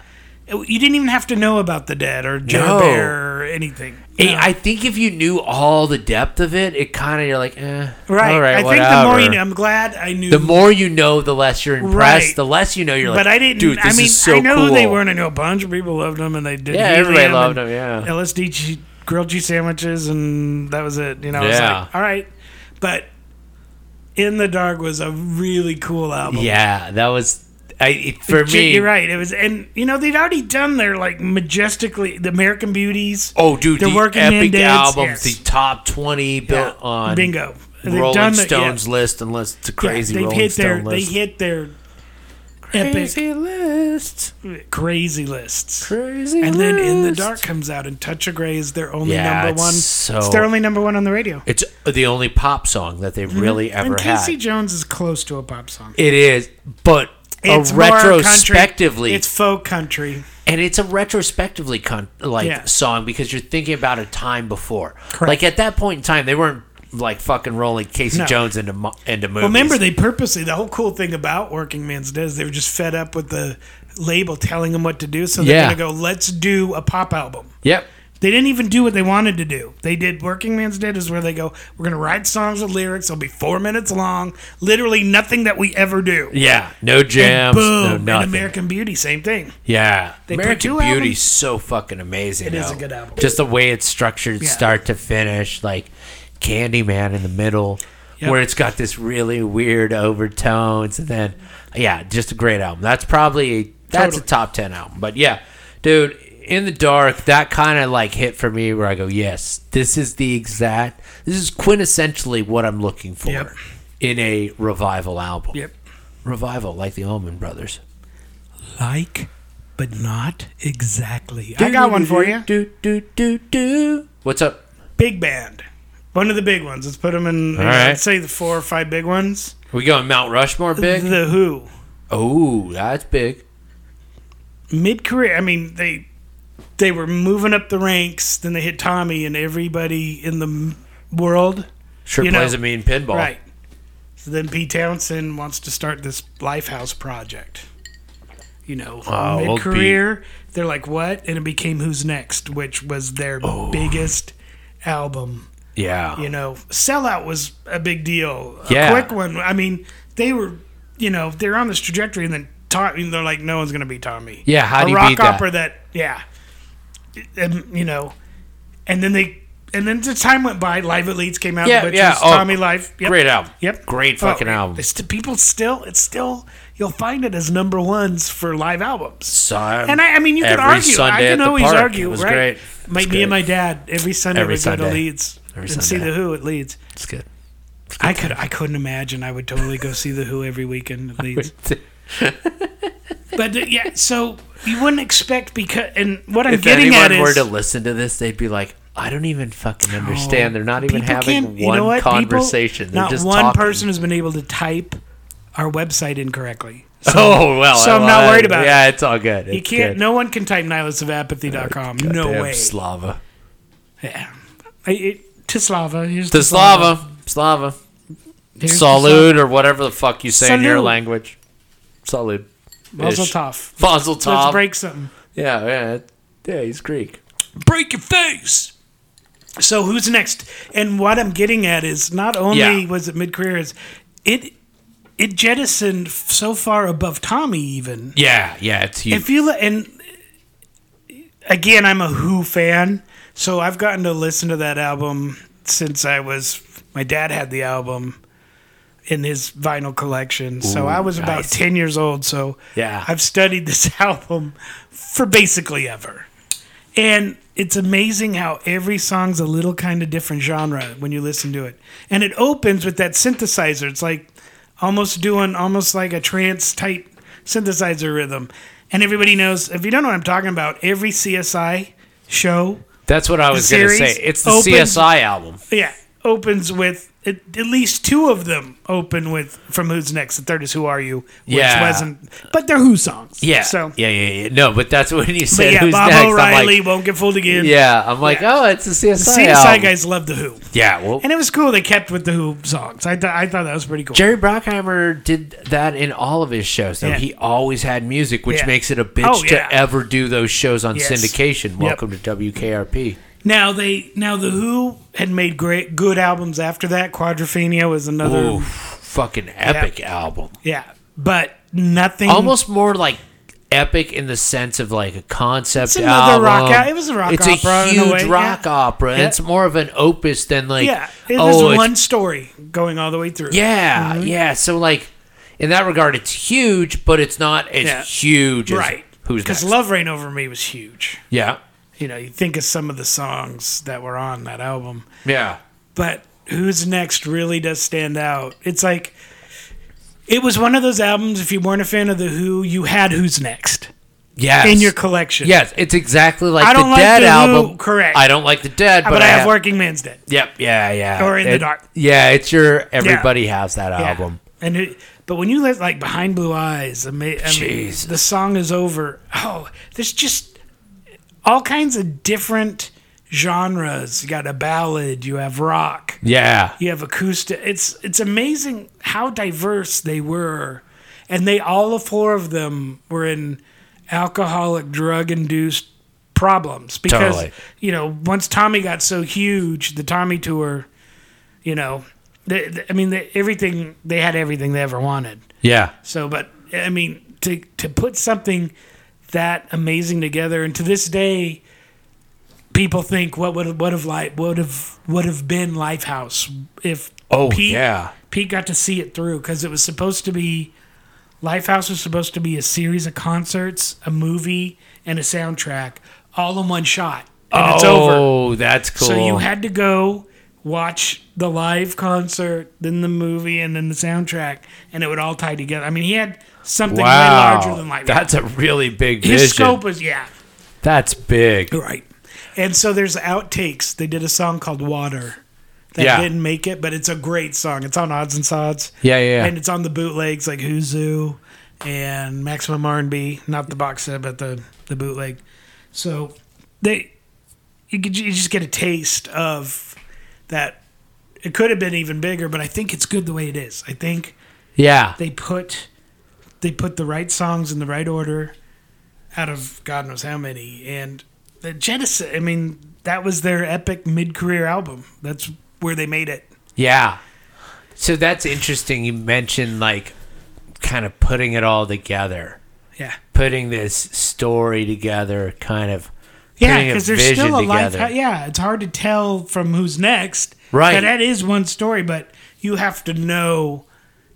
Speaker 1: know? Uh, you didn't even have to know about the dead or Joe
Speaker 2: No.
Speaker 1: Bear or anything.
Speaker 2: It- I think if you knew all the depth of it, it kind of you're like, eh,
Speaker 1: Right.
Speaker 2: all right,
Speaker 1: I
Speaker 2: whatever.
Speaker 1: think the more you know, I'm glad I knew.
Speaker 2: The more you know, the less you're impressed.
Speaker 1: Right.
Speaker 2: The less you know, you're like,
Speaker 1: but I didn't.
Speaker 2: Dude, this
Speaker 1: I mean,
Speaker 2: is so
Speaker 1: I know who they
Speaker 2: cool."
Speaker 1: were, and I know a bunch of people loved them, and they did.
Speaker 2: Yeah, everybody
Speaker 1: helium
Speaker 2: loved
Speaker 1: and
Speaker 2: them. Yeah.
Speaker 1: LSD che- grilled cheese sandwiches, and that was it. You know, I was
Speaker 2: Yeah.
Speaker 1: like, all right. But In the Dark was a really cool album.
Speaker 2: Yeah, that was. I, it, for
Speaker 1: Ju-
Speaker 2: me,
Speaker 1: you're right. It was, and you know, they'd already done their like majestically the American Beauties.
Speaker 2: Oh, dude,
Speaker 1: The
Speaker 2: the,
Speaker 1: Working Man
Speaker 2: epic
Speaker 1: Dance,
Speaker 2: albums,
Speaker 1: yes.
Speaker 2: the top twenty built on
Speaker 1: bingo. They've
Speaker 2: Rolling
Speaker 1: done the- yeah.
Speaker 2: Stones list, unless it's a
Speaker 1: Yeah,
Speaker 2: crazy
Speaker 1: they've
Speaker 2: Rolling
Speaker 1: hit their,
Speaker 2: Stone
Speaker 1: They
Speaker 2: list.
Speaker 1: hit their
Speaker 2: Crazy list,
Speaker 1: epic crazy lists.
Speaker 2: crazy
Speaker 1: And then In the
Speaker 2: list.
Speaker 1: Dark comes out, and Touch of Grey is their only
Speaker 2: Yeah,
Speaker 1: number
Speaker 2: it's
Speaker 1: one.
Speaker 2: so-
Speaker 1: It's their only number one on the radio.
Speaker 2: It's the only pop song that they've really ever
Speaker 1: Mm-hmm. and Casey
Speaker 2: had.
Speaker 1: Jones is close to a pop song.
Speaker 2: It is, but
Speaker 1: It's
Speaker 2: a
Speaker 1: more country-
Speaker 2: retrospectively,
Speaker 1: it's folk country.
Speaker 2: and it's a retrospectively con- like
Speaker 1: Yeah.
Speaker 2: song because you're thinking about a time before.
Speaker 1: Correct.
Speaker 2: Like at that point in time, they weren't like fucking rolling Casey
Speaker 1: No.
Speaker 2: Jones into mo- into movies.
Speaker 1: Remember, they purposely the whole cool thing about Working Man's Dead is they were just fed up with the label telling them what to do, so they're
Speaker 2: Yeah.
Speaker 1: gonna go, let's do a pop album.
Speaker 2: Yep.
Speaker 1: They didn't even do what they wanted to do. They did Working Man's Dead is where they go, we're gonna write songs with lyrics. They'll be four minutes long. Literally nothing that we ever do.
Speaker 2: Yeah. No jams.
Speaker 1: Boom.
Speaker 2: no
Speaker 1: and
Speaker 2: nothing.
Speaker 1: American Beauty, same thing.
Speaker 2: Yeah,
Speaker 1: put
Speaker 2: American
Speaker 1: two
Speaker 2: Beauty's
Speaker 1: albums-
Speaker 2: so fucking amazing. It
Speaker 1: is a good album.
Speaker 2: Just the way it's structured,
Speaker 1: Yeah.
Speaker 2: start to finish, like Candyman in the middle,
Speaker 1: Yep.
Speaker 2: where it's got this really weird overtones, and then yeah, just a great album. That's probably that's
Speaker 1: Totally.
Speaker 2: a top ten album. But yeah, dude, in the dark, that kind of like hit for me where I go, yes, this is the exact, this is quintessentially what I'm looking for
Speaker 1: Yep.
Speaker 2: in a revival album.
Speaker 1: Yep.
Speaker 2: Revival, like the Allman Brothers.
Speaker 1: Like, but not exactly. I got one for you.
Speaker 2: Do, do, do, do. What's up?
Speaker 1: Big band. One of the big ones. Let's put them in. you know,
Speaker 2: right.
Speaker 1: I'd say the four or five big ones.
Speaker 2: we going Mount Rushmore big?
Speaker 1: The Who.
Speaker 2: Oh, that's big.
Speaker 1: Mid career. I mean, they they were moving up the ranks. Then they hit Tommy and everybody in the m- world.
Speaker 2: Sure
Speaker 1: You
Speaker 2: plays
Speaker 1: know.
Speaker 2: a mean pinball.
Speaker 1: Right. So then Pete Townsend wants to start this Lifehouse project. You know,
Speaker 2: Oh, old
Speaker 1: mid career. They're like, what? And it became Who's Next, which was their
Speaker 2: Oh.
Speaker 1: biggest album.
Speaker 2: Yeah.
Speaker 1: you know, sellout was a big deal. A
Speaker 2: Yeah.
Speaker 1: quick one. I mean, they were, you know, they're on this trajectory, and then Tommy, they're like, no one's gonna be Tommy.
Speaker 2: Yeah, how
Speaker 1: a
Speaker 2: do you
Speaker 1: rock
Speaker 2: beat that?
Speaker 1: opera that? Yeah, and you know, and then they, and then the time went by. Live at Leeds came out,
Speaker 2: Yeah,
Speaker 1: which
Speaker 2: yeah,
Speaker 1: was
Speaker 2: oh,
Speaker 1: Tommy Live. Yep.
Speaker 2: Great album.
Speaker 1: Yep.
Speaker 2: Great
Speaker 1: Oh,
Speaker 2: fucking album.
Speaker 1: It's people still. It's still. You'll find it as number ones for live albums.
Speaker 2: Son,
Speaker 1: And I, I mean, you could
Speaker 2: every
Speaker 1: argue.
Speaker 2: Sunday
Speaker 1: I
Speaker 2: at
Speaker 1: can
Speaker 2: the
Speaker 1: always
Speaker 2: park.
Speaker 1: argue,
Speaker 2: It was
Speaker 1: right?
Speaker 2: great.
Speaker 1: My,
Speaker 2: It's
Speaker 1: me and my
Speaker 2: great.
Speaker 1: dad every Sunday
Speaker 2: Every
Speaker 1: would go
Speaker 2: Sunday.
Speaker 1: to Leeds
Speaker 2: Every
Speaker 1: and see
Speaker 2: Sunday.
Speaker 1: the Who at Leeds.
Speaker 2: It's good.
Speaker 1: I could. I couldn't imagine. I would totally go see the Who every weekend at Leeds. But uh, yeah, so you wouldn't expect because, and what I'm
Speaker 2: if
Speaker 1: getting
Speaker 2: anyone
Speaker 1: at is
Speaker 2: were to listen to this, they'd be like, I don't even fucking understand. They're not even
Speaker 1: people can't-
Speaker 2: having
Speaker 1: you know
Speaker 2: one
Speaker 1: what? People-
Speaker 2: conversation. They're
Speaker 1: not
Speaker 2: just
Speaker 1: one
Speaker 2: talking.
Speaker 1: person has been able to type our website incorrectly. So
Speaker 2: Oh well,
Speaker 1: So
Speaker 2: I-
Speaker 1: I'm not
Speaker 2: I-
Speaker 1: worried about it.
Speaker 2: Yeah, it's all good.
Speaker 1: you
Speaker 2: It's
Speaker 1: can't.
Speaker 2: good. Uh,
Speaker 1: No one can type nihilistofapathy.com. No
Speaker 2: Damn
Speaker 1: way.
Speaker 2: Slava.
Speaker 1: yeah. I, it, Tislava. Here's
Speaker 2: The Slava, Slava,
Speaker 1: Here's to
Speaker 2: salute or whatever the fuck you say in your
Speaker 1: Salute.
Speaker 2: language. Salute.
Speaker 1: Mazel
Speaker 2: Ish.
Speaker 1: tov.
Speaker 2: Mazel
Speaker 1: Let's
Speaker 2: tov.
Speaker 1: break something.
Speaker 2: Yeah, yeah, yeah. He's Greek.
Speaker 1: break your face. So who's next? And what I'm getting at is not only
Speaker 2: Yeah.
Speaker 1: was it mid career, is it it jettisoned f- so far above Tommy even.
Speaker 2: Yeah, yeah. It's huge.
Speaker 1: If you li- and again, I'm a Who fan, so I've gotten to listen to that album since I was. My dad had the album in his vinyl collection, so
Speaker 2: Ooh,
Speaker 1: I was about
Speaker 2: nice.
Speaker 1: ten years old. So
Speaker 2: Yeah.
Speaker 1: I've studied this album for basically ever. And it's amazing how every song's a little kind of different genre when you listen to it. And it opens with that synthesizer. It's like almost doing almost like a trance type synthesizer rhythm. And everybody knows, if you don't know what I'm talking about, every CSI show,
Speaker 2: That's what I was going to
Speaker 1: series
Speaker 2: say. It's the
Speaker 1: opens-
Speaker 2: CSI album.
Speaker 1: yeah, opens with at, at least two of them open with from Who's Next. The third is Who Are You, which
Speaker 2: Yeah.
Speaker 1: wasn't, but they're Who songs.
Speaker 2: Yeah.
Speaker 1: So,
Speaker 2: yeah, yeah, yeah. No, but that's when you
Speaker 1: but
Speaker 2: said
Speaker 1: yeah,
Speaker 2: who's
Speaker 1: Bob
Speaker 2: next.
Speaker 1: O'Reilly
Speaker 2: I'm like,
Speaker 1: won't get fooled again.
Speaker 2: yeah, I'm like,
Speaker 1: Yeah.
Speaker 2: oh, it's the CSI,
Speaker 1: CSI
Speaker 2: album.
Speaker 1: guys love the Who.
Speaker 2: Yeah, well,
Speaker 1: And it was cool they kept with the Who songs. I, th- I thought that was pretty cool.
Speaker 2: Jerry Brockheimer did that in all of his shows. Though
Speaker 1: Yeah.
Speaker 2: he always had music, which
Speaker 1: Yeah.
Speaker 2: makes it a bitch
Speaker 1: Oh, yeah.
Speaker 2: to ever do those shows on
Speaker 1: Yes.
Speaker 2: syndication.
Speaker 1: Yep.
Speaker 2: Welcome to WKRP.
Speaker 1: Now they now the Who had made great good albums after that. Quadrophenia was another
Speaker 2: Ooh, fucking epic album.
Speaker 1: yeah, but nothing
Speaker 2: Almost more like epic in the sense of like a concept
Speaker 1: It's another rock
Speaker 2: album.
Speaker 1: al- it was a rock
Speaker 2: it's
Speaker 1: opera
Speaker 2: a
Speaker 1: in a
Speaker 2: huge
Speaker 1: way,
Speaker 2: rock
Speaker 1: yeah.
Speaker 2: opera. and
Speaker 1: Yeah.
Speaker 2: It's more of an opus than like
Speaker 1: yeah. It was
Speaker 2: oh, it's
Speaker 1: one Mm-hmm. story going all the way through.
Speaker 2: Yeah, yeah. So like in that regard, it's huge, but it's not as
Speaker 1: Yeah.
Speaker 2: huge as
Speaker 1: right.
Speaker 2: who's
Speaker 1: because
Speaker 2: next.
Speaker 1: Love Rain Over Me was huge.
Speaker 2: yeah,
Speaker 1: You know, you think of some of the songs that were on that album,
Speaker 2: yeah,
Speaker 1: but Who's Next really does stand out. It's like it was one of those albums. If you weren't a fan of the Who, you had Who's Next
Speaker 2: yes.
Speaker 1: in your collection.
Speaker 2: yes, it's exactly like
Speaker 1: I don't
Speaker 2: the
Speaker 1: like
Speaker 2: Dead
Speaker 1: The Who,
Speaker 2: album.
Speaker 1: correct.
Speaker 2: I don't like the Dead,
Speaker 1: but,
Speaker 2: but,
Speaker 1: I have, Working Man's Dead.
Speaker 2: Yep, yeah, yeah.
Speaker 1: Or In the
Speaker 2: It-
Speaker 1: Dark.
Speaker 2: Yeah, it's your everybody has that album.
Speaker 1: Yeah. And it, but when you let like behind blue eyes, I mean, I mean,
Speaker 2: Jeez.
Speaker 1: the song is over. Oh, there's just all kinds of different genres. You got a ballad, you have rock,
Speaker 2: Yeah,
Speaker 1: you have acoustic. It's it's amazing how diverse they were, and they all the four of them were in alcoholic drug induced problems because
Speaker 2: Totally.
Speaker 1: you know once Tommy got so huge, the Tommy tour, you know, they, they- I mean they, everything they had everything they ever wanted.
Speaker 2: yeah,
Speaker 1: So, but I mean to to put something that amazing together, and to this day. People think what would what have like would have would have been Lifehouse if
Speaker 2: Oh,
Speaker 1: Pete-
Speaker 2: yeah.
Speaker 1: Pete got to see it through because it was supposed to be Lifehouse was supposed to be a series of concerts, a movie, and a soundtrack all in one shot. And it's over.
Speaker 2: oh, that's cool.
Speaker 1: So you had to go watch the live concert, then the movie, and then the soundtrack, and it would all tie together. I mean, he had something
Speaker 2: wow,
Speaker 1: way larger than Lifehouse.
Speaker 2: that's a really big
Speaker 1: His
Speaker 2: vision.
Speaker 1: scope was, yeah.
Speaker 2: That's big.
Speaker 1: Right. And so there's outtakes. They did a song called Water that
Speaker 2: Yeah.
Speaker 1: didn't make it, but it's a great song. It's on Odds and Sods.
Speaker 2: Yeah, yeah, yeah.
Speaker 1: And it's on the bootlegs like Huzu and Maximum R&B, not the box set, but the the bootleg. So they you, could, you just get a taste of that. It could have been even bigger, but I think it's good the way it is. I think
Speaker 2: Yeah,
Speaker 1: they put they put the right songs in the right order out of God knows how many. And the Genesis, I mean, that was their epic mid-career album. That's where they made it.
Speaker 2: Yeah. So that's interesting. You mentioned like kind of putting it all together,
Speaker 1: Yeah.
Speaker 2: putting this story together, kind of
Speaker 1: Yeah,
Speaker 2: putting a
Speaker 1: because there's
Speaker 2: vision
Speaker 1: still a life.
Speaker 2: together.
Speaker 1: Yeah, it's hard to tell from who's next.
Speaker 2: Right.
Speaker 1: That- that is one story, but you have to know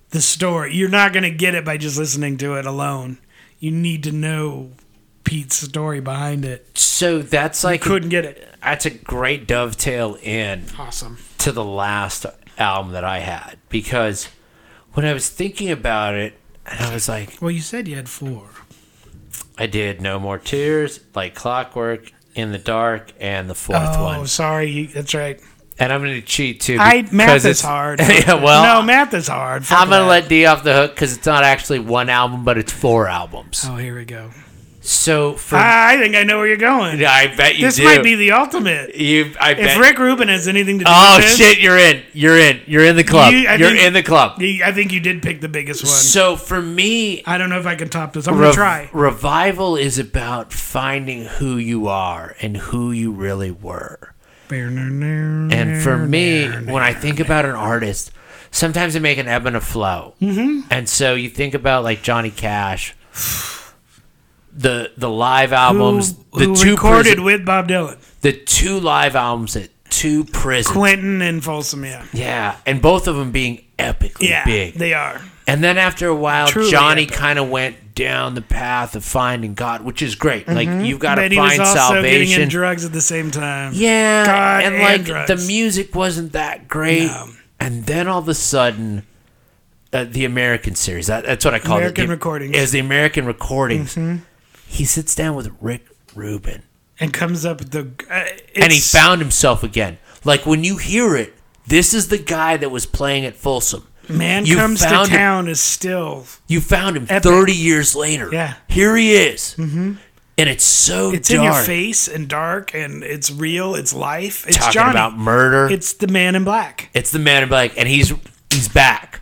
Speaker 1: the story. You're not going to get it by just listening to it alone. You need to know Pete's story behind it.
Speaker 2: So that's like
Speaker 1: Couldn't get it.
Speaker 2: that's a great dovetail in
Speaker 1: Awesome.
Speaker 2: to the last album that I had because when I was thinking about it, and I was like,
Speaker 1: Well, you said you had four.
Speaker 2: I did No More Tears, like Clockwork, In the Dark, and the fourth
Speaker 1: Oh,
Speaker 2: one.
Speaker 1: sorry. You- That's right.
Speaker 2: And I'm going to cheat too.
Speaker 1: I math
Speaker 2: because
Speaker 1: is
Speaker 2: it's-
Speaker 1: hard.
Speaker 2: yeah, well,
Speaker 1: no, math is hard. Fuck
Speaker 2: I'm gonna
Speaker 1: that.
Speaker 2: let D off the hook because it's not actually one album, but it's four albums.
Speaker 1: Oh, here we go.
Speaker 2: So for
Speaker 1: I think I know where you're going.
Speaker 2: I bet you
Speaker 1: this
Speaker 2: do.
Speaker 1: might be the ultimate.
Speaker 2: you. I
Speaker 1: If
Speaker 2: bet.
Speaker 1: Rick Rubin has anything to do
Speaker 2: oh
Speaker 1: with this,
Speaker 2: shit! You're in. You're in. You're in the club.
Speaker 1: You-
Speaker 2: You,
Speaker 1: I
Speaker 2: are
Speaker 1: think-
Speaker 2: in the club.
Speaker 1: y- I think you did pick the biggest one.
Speaker 2: So for me,
Speaker 1: I don't know if I can top this. I'm
Speaker 2: rev-
Speaker 1: gonna try.
Speaker 2: revival is about finding who you are and who you really were. And for me, when I think about an artist, sometimes they make an ebb and a flow. Mm-hmm. And so you think about like Johnny Cash, the the live albums,
Speaker 1: who,
Speaker 2: the
Speaker 1: who
Speaker 2: two
Speaker 1: recorded
Speaker 2: prison-
Speaker 1: with Bob Dylan,
Speaker 2: the two live albums at two prisons.
Speaker 1: Quentin and Folsom. Yeah,
Speaker 2: yeah, and both of them being epically
Speaker 1: yeah,
Speaker 2: big.
Speaker 1: they are.
Speaker 2: And then after a while,
Speaker 1: Truly
Speaker 2: Johnny
Speaker 1: epic.
Speaker 2: kind of went down the path of finding God, which is great. Like you've got to
Speaker 1: Mm-hmm. But he was
Speaker 2: find
Speaker 1: also getting in
Speaker 2: salvation.
Speaker 1: drugs at the same time.
Speaker 2: Yeah,
Speaker 1: God
Speaker 2: and
Speaker 1: and
Speaker 2: like the
Speaker 1: drugs.
Speaker 2: music wasn't that great.
Speaker 1: No.
Speaker 2: And then all of a sudden, uh, the American series. That, that's what I call it.
Speaker 1: American
Speaker 2: the-
Speaker 1: Recordings. Mm-hmm.
Speaker 2: Is the American recordings. He sits down with Rick Rubin,
Speaker 1: And comes up with the. Uh,
Speaker 2: and he
Speaker 1: it's-
Speaker 2: found himself again. Like when you hear it, this is the guy that was playing at Folsom.
Speaker 1: Man
Speaker 2: you
Speaker 1: Comes to
Speaker 2: found him.
Speaker 1: Town is still.
Speaker 2: You found him
Speaker 1: Epic.
Speaker 2: 30 years later.
Speaker 1: Yeah.
Speaker 2: Here he is. Mm-hmm. And it's so
Speaker 1: It's
Speaker 2: dark.
Speaker 1: in your face and dark and it's real. It's life. It's
Speaker 2: Talking
Speaker 1: Johnny.
Speaker 2: about murder. It's,
Speaker 1: it's the man in black.
Speaker 2: the man in black. And he's he's back.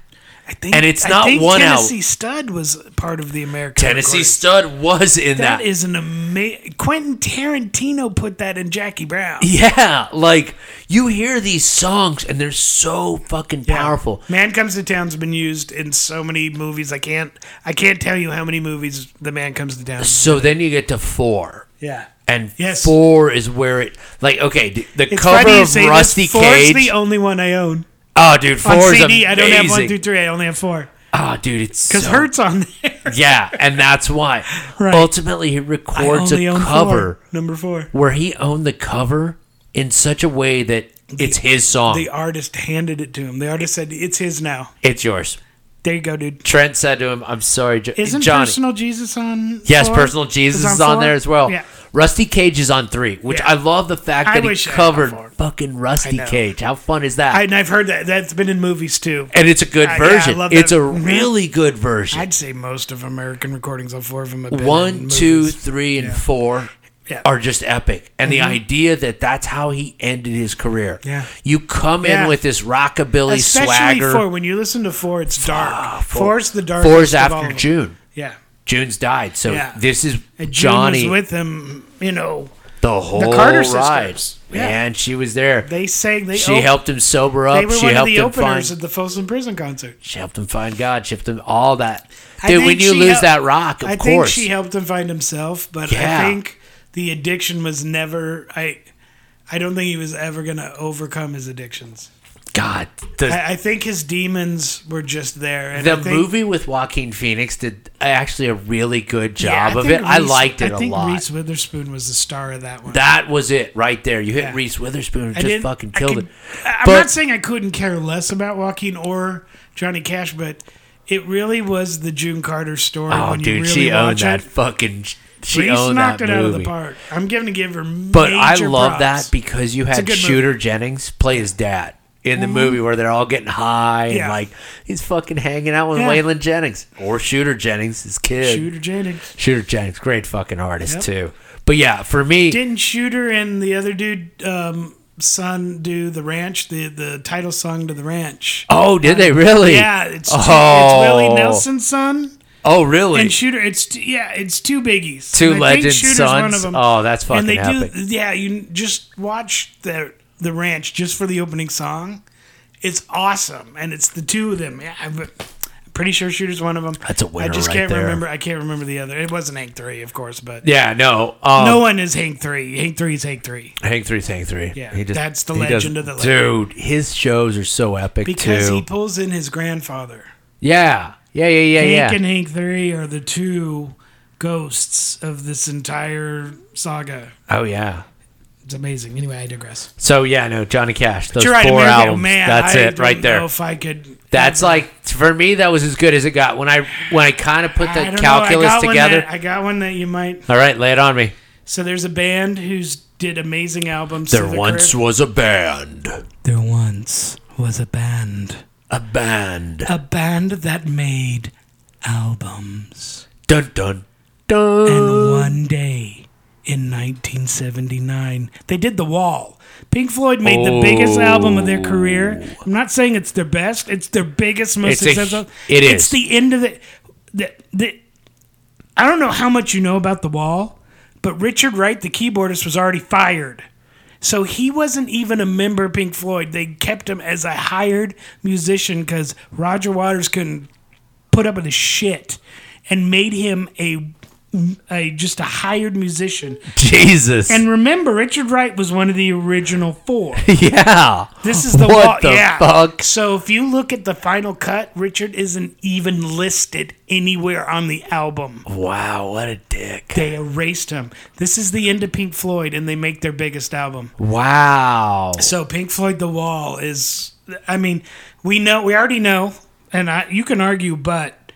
Speaker 1: I think,
Speaker 2: And it's
Speaker 1: I
Speaker 2: not
Speaker 1: think
Speaker 2: one
Speaker 1: Tennessee Stud was part of the American.
Speaker 2: Tennessee
Speaker 1: recording.
Speaker 2: Stud was in that.
Speaker 1: That is an amazing. Quentin Tarantino put that in Jackie Brown.
Speaker 2: yeah. Like you hear these songs and they're so fucking powerful.
Speaker 1: Man Comes to Town's been used in so many movies. I can't. I can't tell you how many movies The Man Comes to Town.
Speaker 2: So then you get to four.
Speaker 1: Yeah.
Speaker 2: And
Speaker 1: Yes.
Speaker 2: four is where it like okay the, the
Speaker 1: It's
Speaker 2: cover
Speaker 1: funny you
Speaker 2: of
Speaker 1: say this.
Speaker 2: Rusty
Speaker 1: Four's
Speaker 2: Cage
Speaker 1: the only one I own
Speaker 2: oh dude four
Speaker 1: on
Speaker 2: is
Speaker 1: CD. I don't have one
Speaker 2: amazing.
Speaker 1: through three. I only have four
Speaker 2: oh dude it's
Speaker 1: because
Speaker 2: so
Speaker 1: Hurt's on there.
Speaker 2: yeah, and that's why.
Speaker 1: Right.
Speaker 2: Ultimately, he
Speaker 1: I
Speaker 2: records a
Speaker 1: only own
Speaker 2: cover
Speaker 1: four. number four.
Speaker 2: where he owned the cover in such a way that it's his song.
Speaker 1: The artist handed it to him. The artist said, "It's his now."
Speaker 2: it's yours.
Speaker 1: There you go, dude.
Speaker 2: Trent said to him, "I'm sorry, jo-
Speaker 1: Isn't
Speaker 2: Johnny."
Speaker 1: personal Jesus on?
Speaker 2: yes,
Speaker 1: four?
Speaker 2: personal Jesus
Speaker 1: It's
Speaker 2: is on
Speaker 1: four?
Speaker 2: there as well.
Speaker 1: Yeah.
Speaker 2: Rusty Cage is on three, which
Speaker 1: Yeah.
Speaker 2: I love the fact
Speaker 1: I
Speaker 2: that he
Speaker 1: wish I had
Speaker 2: covered
Speaker 1: four.
Speaker 2: fucking Rusty
Speaker 1: I know.
Speaker 2: Cage. How fun is that?
Speaker 1: I, and I've heard that that's been in movies too.
Speaker 2: and it's a good
Speaker 1: I- yeah, I
Speaker 2: version.
Speaker 1: love
Speaker 2: it's a
Speaker 1: that. Mhm.
Speaker 2: really good version.
Speaker 1: I'd say most of American recordings, all four of them. Have been
Speaker 2: One,
Speaker 1: in
Speaker 2: two,
Speaker 1: movies.
Speaker 2: three, and four
Speaker 1: Yeah. Mm-hmm.
Speaker 2: are just epic. And the idea that that's how he ended his career.
Speaker 1: Yeah.
Speaker 2: You come
Speaker 1: Yeah.
Speaker 2: in with this rockabilly
Speaker 1: especially
Speaker 2: swagger.
Speaker 1: four. When you listen to four, it's dark. Four's the dark.
Speaker 2: Four's after June.
Speaker 1: Yeah,
Speaker 2: June's died. So
Speaker 1: Yeah.
Speaker 2: this is
Speaker 1: and Johnny
Speaker 2: Johnny
Speaker 1: was with him. You know,
Speaker 2: the whole
Speaker 1: Carter
Speaker 2: ride.
Speaker 1: sisters. Yeah.
Speaker 2: And she was there.
Speaker 1: they sang. They
Speaker 2: she
Speaker 1: op-
Speaker 2: helped him sober
Speaker 1: They
Speaker 2: up.
Speaker 1: were
Speaker 2: She
Speaker 1: one of
Speaker 2: helped
Speaker 1: the
Speaker 2: him
Speaker 1: openers
Speaker 2: find
Speaker 1: at the Folsom Prison concert.
Speaker 2: she helped him find God. She helped him all that.
Speaker 1: I
Speaker 2: Dude,
Speaker 1: think
Speaker 2: when you
Speaker 1: she
Speaker 2: lose
Speaker 1: hel-
Speaker 2: that rock, of
Speaker 1: I think
Speaker 2: course.
Speaker 1: she helped him find himself, but
Speaker 2: Yeah.
Speaker 1: I think the addiction was never. I, I don't think he was ever going to overcome his addictions.
Speaker 2: God. The,
Speaker 1: I, I think his demons were just there. And I
Speaker 2: the
Speaker 1: think-
Speaker 2: movie with Joaquin Phoenix did actually a really good
Speaker 1: Yeah,
Speaker 2: job
Speaker 1: I
Speaker 2: of it.
Speaker 1: think
Speaker 2: I
Speaker 1: Reese-
Speaker 2: liked it
Speaker 1: I
Speaker 2: a
Speaker 1: think
Speaker 2: lot.
Speaker 1: Reese Witherspoon was the star of that one.
Speaker 2: That was it right there. You hit
Speaker 1: Yeah.
Speaker 2: Reese Witherspoon and
Speaker 1: I
Speaker 2: just
Speaker 1: didn't-
Speaker 2: fucking
Speaker 1: I
Speaker 2: killed
Speaker 1: could-
Speaker 2: it.
Speaker 1: I- I'm
Speaker 2: But-
Speaker 1: not saying I couldn't care less about Joaquin or Johnny Cash, but it really was the June Carter story.
Speaker 2: Oh,
Speaker 1: when you
Speaker 2: dude,
Speaker 1: really
Speaker 2: she owned
Speaker 1: watch
Speaker 2: that
Speaker 1: It.
Speaker 2: fucking. She
Speaker 1: Reese
Speaker 2: owned
Speaker 1: knocked
Speaker 2: that
Speaker 1: it out
Speaker 2: movie.
Speaker 1: of the park. I'm going to give her.
Speaker 2: But I
Speaker 1: major
Speaker 2: love
Speaker 1: props.
Speaker 2: that because you had
Speaker 1: good movie. Mm-hmm.
Speaker 2: Shooter Jennings play his dad in the movie where they're all getting high and
Speaker 1: Yeah.
Speaker 2: like he's fucking hanging out with
Speaker 1: Yeah.
Speaker 2: Waylon Jennings or Shooter Jennings, his kid.
Speaker 1: Shooter Jennings.
Speaker 2: Shooter Jennings, great fucking artist too. But yeah, for me,
Speaker 1: Didn't Shooter and the other dude um, son do the ranch, the the title song to the ranch?
Speaker 2: oh, did they really?
Speaker 1: Yeah, it's two,
Speaker 2: Oh.
Speaker 1: it's Willie Nelson's son
Speaker 2: Oh, really?
Speaker 1: and Shooter. It's t- yeah, it's two biggies.
Speaker 2: Two
Speaker 1: And I think
Speaker 2: legend
Speaker 1: Shooter's
Speaker 2: sons. Oh, that's fucking
Speaker 1: and they
Speaker 2: epic.
Speaker 1: do yeah you just watch the the ranch just for the opening song it's awesome and it's the two of them Yeah, I'm, I'm pretty sure shooter's one of them
Speaker 2: That's a
Speaker 1: i
Speaker 2: winner
Speaker 1: just
Speaker 2: right
Speaker 1: can't
Speaker 2: there.
Speaker 1: remember i can't remember the other it wasn't hank three of course but
Speaker 2: yeah, no. Um,
Speaker 1: no one is hank three hank three is hank three
Speaker 2: Hank three, Hank three.
Speaker 1: Yeah,
Speaker 2: He
Speaker 1: that's the
Speaker 2: he does-
Speaker 1: legend of the
Speaker 2: dude. His shows are so epic
Speaker 1: because
Speaker 2: too.
Speaker 1: he pulls in his grandfather
Speaker 2: yeah, yeah, yeah, yeah,
Speaker 1: hank
Speaker 2: yeah.
Speaker 1: and hank three are the two ghosts of this entire saga
Speaker 2: oh yeah.
Speaker 1: it's amazing anyway i digress
Speaker 2: So yeah, no Johnny Cash. Those
Speaker 1: You're right,
Speaker 2: four
Speaker 1: American-
Speaker 2: albums.
Speaker 1: Oh, man,
Speaker 2: that's
Speaker 1: I
Speaker 2: it right
Speaker 1: don't
Speaker 2: there.
Speaker 1: know if i could
Speaker 2: That's like for me, that was as good as it got. When I when I kind of put
Speaker 1: I
Speaker 2: the
Speaker 1: don't know. I
Speaker 2: calculus
Speaker 1: got one
Speaker 2: together.
Speaker 1: that- I got one that you might.
Speaker 2: All right, lay it on me.
Speaker 1: So there's a band who's did amazing albums. to
Speaker 2: There
Speaker 1: the
Speaker 2: once
Speaker 1: career-
Speaker 2: was a band,
Speaker 1: there once was a band,
Speaker 2: a band.
Speaker 1: a band that made albums,
Speaker 2: Dun dun dun.
Speaker 1: and one day in 1979 they did the Wall. Pink Floyd made the biggest album of their career. I'm not saying it's their best; it's their biggest, most
Speaker 2: It's a-
Speaker 1: successful.
Speaker 2: it is.
Speaker 1: It's the end of the, the, the. I don't know how much you know about the Wall, but Richard Wright, the keyboardist, was already fired, so he wasn't even a member of Pink Floyd. They kept him as a hired musician because Roger Waters couldn't put up with his shit, and made him a a just a hired musician.
Speaker 2: Jesus.
Speaker 1: And remember, Richard Wright was one of the original four.
Speaker 2: yeah.
Speaker 1: This is the
Speaker 2: What
Speaker 1: wa-
Speaker 2: the
Speaker 1: yeah.
Speaker 2: fuck?
Speaker 1: So if you look at the final cut, Richard isn't even listed anywhere on the album.
Speaker 2: Wow, what a dick.
Speaker 1: They erased him. This is the end of Pink Floyd, and they make their biggest album.
Speaker 2: Wow.
Speaker 1: So Pink Floyd, The Wall is. I mean, we know we already know, and I, you can argue, but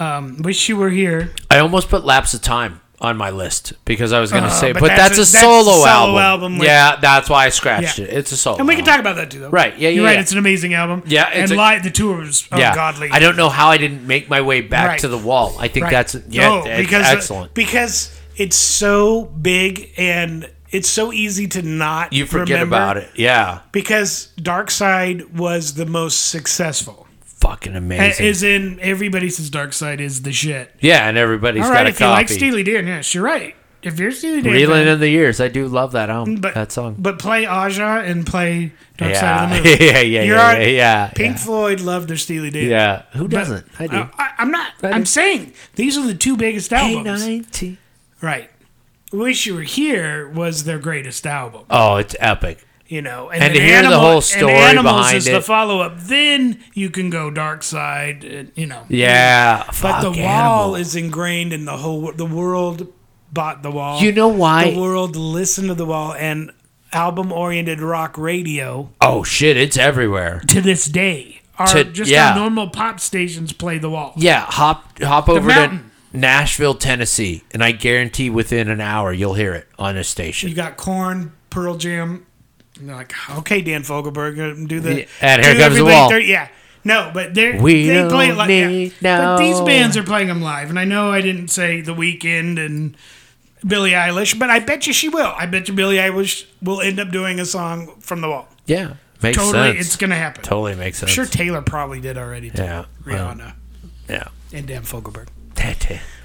Speaker 1: um, wish you were here.
Speaker 2: I almost put Lapse of Time on my list because I was going to say,
Speaker 1: Oh, but
Speaker 2: but,
Speaker 1: that's
Speaker 2: that's,
Speaker 1: a-
Speaker 2: a,
Speaker 1: that's a
Speaker 2: solo
Speaker 1: solo
Speaker 2: album.
Speaker 1: album with-
Speaker 2: yeah, that's why I scratched it. It's a solo.
Speaker 1: And we can talk about that too, though.
Speaker 2: Right, yeah, yeah,
Speaker 1: You're right.
Speaker 2: yeah.
Speaker 1: It's an amazing album.
Speaker 2: Yeah, it's
Speaker 1: and
Speaker 2: a-
Speaker 1: live the tour was oh, ungodly.
Speaker 2: I don't know how I didn't make my way back
Speaker 1: Right.
Speaker 2: to the wall. I think
Speaker 1: Right.
Speaker 2: that's yeah,
Speaker 1: No,
Speaker 2: it's
Speaker 1: because uh,
Speaker 2: excellent.
Speaker 1: Because it's so big and it's so easy to not
Speaker 2: you forget
Speaker 1: remember
Speaker 2: about it. Yeah,
Speaker 1: because Dark Side was the most successful.
Speaker 2: fucking amazing.
Speaker 1: As in everybody says Dark Side is the shit.
Speaker 2: yeah, and everybody's
Speaker 1: All
Speaker 2: got
Speaker 1: right,
Speaker 2: a
Speaker 1: if you like
Speaker 2: copy.
Speaker 1: Steely Dan, yes, you're right. If you're a Steely Dan,
Speaker 2: Reeling
Speaker 1: fan,
Speaker 2: in the years, I do love that album.
Speaker 1: but
Speaker 2: that song.
Speaker 1: but play Aja and play Dark Side
Speaker 2: Yeah.
Speaker 1: of the Moon.
Speaker 2: yeah, yeah, yeah,
Speaker 1: You're
Speaker 2: yeah,
Speaker 1: on-
Speaker 2: yeah,
Speaker 1: Pink
Speaker 2: yeah.
Speaker 1: Floyd loved their Steely Dan.
Speaker 2: Yeah. Who doesn't? I do.
Speaker 1: I, I, I'm not. I'm saying these are the two biggest albums.
Speaker 2: ninety.
Speaker 1: Right. Wish You Were Here was their greatest album,
Speaker 2: Oh, it's epic.
Speaker 1: you know. And,
Speaker 2: And
Speaker 1: then
Speaker 2: to hear the whole story
Speaker 1: and Animals
Speaker 2: behind
Speaker 1: is the
Speaker 2: it.
Speaker 1: follow up. Then you can go Dark Side, and, you know.
Speaker 2: Yeah,
Speaker 1: But
Speaker 2: fuck
Speaker 1: the
Speaker 2: Animal.
Speaker 1: wall is ingrained in the whole wor- the world bought the wall.
Speaker 2: You know why?
Speaker 1: The world listened to the wall and album oriented rock radio
Speaker 2: Oh shit, it's everywhere.
Speaker 1: to this day are
Speaker 2: To-
Speaker 1: just
Speaker 2: yeah.
Speaker 1: how normal pop stations play the wall.
Speaker 2: Yeah, hop hop over to
Speaker 1: mountain.
Speaker 2: Nashville, Tennessee, and I guarantee within an hour you'll hear it on a station.
Speaker 1: You got Corn, Pearl Jam. And they're like, okay, Dan Fogelberg, do the
Speaker 2: Yeah, and here
Speaker 1: do
Speaker 2: comes the
Speaker 1: everybody
Speaker 2: wall.
Speaker 1: thirty- yeah, no, but they're
Speaker 2: We
Speaker 1: they play it
Speaker 2: don't
Speaker 1: like
Speaker 2: need
Speaker 1: yeah. But
Speaker 2: no-
Speaker 1: these bands are playing them live, and I know I didn't say The Weekend and Billie Eilish, but I bet you she will. I bet you Billie Eilish will end up doing a song from the wall.
Speaker 2: Yeah, makes
Speaker 1: Totally,
Speaker 2: sense.
Speaker 1: it's gonna happen.
Speaker 2: totally makes sense.
Speaker 1: I'm sure Taylor probably did already. Too.
Speaker 2: Yeah, well,
Speaker 1: Rihanna
Speaker 2: yeah.
Speaker 1: and Dan Fogelberg.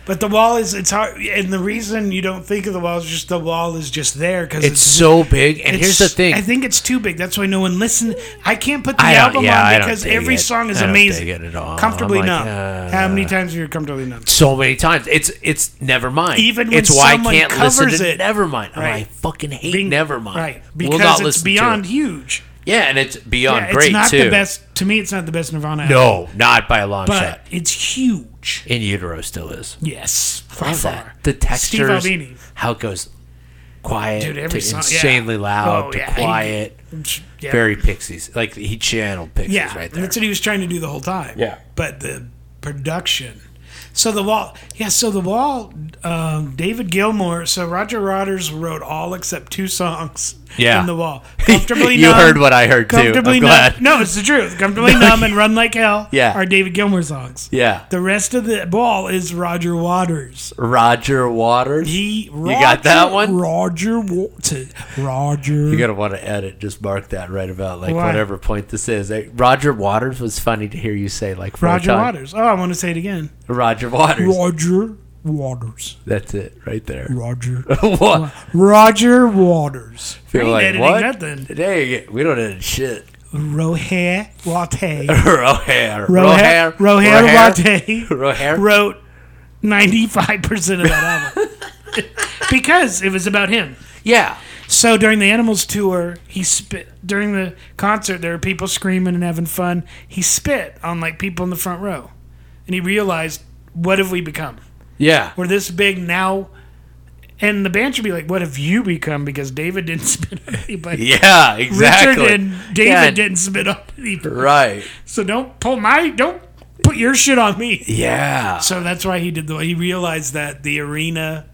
Speaker 1: But the wall is it's hard, and the reason you don't think of the wall is just the wall is just there because
Speaker 2: It's so big, and
Speaker 1: It's-
Speaker 2: here's the thing.
Speaker 1: I think it's too big. That's why no one listen. I can't put the
Speaker 2: I don't-
Speaker 1: album
Speaker 2: yeah, I
Speaker 1: on
Speaker 2: don't
Speaker 1: because
Speaker 2: dig
Speaker 1: every
Speaker 2: it.
Speaker 1: song is
Speaker 2: I don't
Speaker 1: amazing.
Speaker 2: dig it at all.
Speaker 1: Comfortably
Speaker 2: I'm like,
Speaker 1: numb.
Speaker 2: uh,
Speaker 1: How many times have you comfortably numb?
Speaker 2: so many times. It's it's never mind.
Speaker 1: Even when
Speaker 2: it's why I
Speaker 1: someone
Speaker 2: can't listen
Speaker 1: covers
Speaker 2: to
Speaker 1: it.
Speaker 2: never mind.
Speaker 1: Right.
Speaker 2: I fucking hate
Speaker 1: Being-
Speaker 2: never mind.
Speaker 1: Right,
Speaker 2: Will
Speaker 1: because
Speaker 2: not
Speaker 1: it's
Speaker 2: listen to it.
Speaker 1: beyond huge.
Speaker 2: Yeah, and it's beyond
Speaker 1: Yeah,
Speaker 2: great
Speaker 1: it's not
Speaker 2: too.
Speaker 1: the best. To me, it's not the best Nirvana. album,
Speaker 2: No, not by a long shot.
Speaker 1: but it's huge.
Speaker 2: In utero still is.
Speaker 1: Yes, by
Speaker 2: Love
Speaker 1: far.
Speaker 2: that. The
Speaker 1: Steve
Speaker 2: textures,
Speaker 1: Albini.
Speaker 2: how it goes quiet
Speaker 1: Dude, every
Speaker 2: to
Speaker 1: song- yeah.
Speaker 2: insanely loud
Speaker 1: Oh,
Speaker 2: to
Speaker 1: yeah, he-
Speaker 2: quiet,
Speaker 1: Yeah.
Speaker 2: very Pixies. Like he channeled Pixies
Speaker 1: yeah,
Speaker 2: right
Speaker 1: and
Speaker 2: there.
Speaker 1: that's what he was trying to do the whole time.
Speaker 2: Yeah.
Speaker 1: but the production. So the wall, yeah. So the wall, um, David Gilmour. So Roger Waters wrote all except two songs.
Speaker 2: Yeah.
Speaker 1: in the wall, comfortably.
Speaker 2: you
Speaker 1: numb,
Speaker 2: heard what I heard too.
Speaker 1: Comfortably
Speaker 2: I'm glad.
Speaker 1: numb. No, it's the truth. Comfortably numb and run like hell.
Speaker 2: Yeah.
Speaker 1: are David Gilmour songs.
Speaker 2: Yeah,
Speaker 1: The rest of the wall is Roger Waters.
Speaker 2: Roger Waters.
Speaker 1: He Roger,
Speaker 2: got that one?
Speaker 1: Roger Waters. Roger.
Speaker 2: You're gonna want to edit. Just mark that right about like
Speaker 1: Why?
Speaker 2: whatever point this is. Like, Roger Waters was funny to hear you say like four
Speaker 1: Roger
Speaker 2: times.
Speaker 1: Waters. Oh, I want to say it again.
Speaker 2: Roger Waters.
Speaker 1: Roger Waters.
Speaker 2: That's it right there.
Speaker 1: Roger.
Speaker 2: what?
Speaker 1: Roger Waters.
Speaker 2: Feel
Speaker 1: ain't
Speaker 2: like
Speaker 1: editing
Speaker 2: what?
Speaker 1: nothing.
Speaker 2: Dang, we don't edit shit.
Speaker 1: Rohair Watte. Rohair
Speaker 2: Rohair. Rohair.
Speaker 1: Rohair Watte
Speaker 2: Rohair.
Speaker 1: wrote 95% of that album because it was about him.
Speaker 2: Yeah.
Speaker 1: So during the Animals tour, he spit. During the concert, there were people screaming and having fun. He spit on like people in the front row. And he realized, what have we become?
Speaker 2: Yeah.
Speaker 1: We're this big now. And the band should be like, what have you become? Because David didn't spit on anybody.
Speaker 2: Yeah, exactly.
Speaker 1: Richard and David
Speaker 2: Yeah,
Speaker 1: didn't spit on anybody.
Speaker 2: Right.
Speaker 1: So don't pull my don't put your shit on me.
Speaker 2: Yeah.
Speaker 1: So that's why he did the he realized that the arena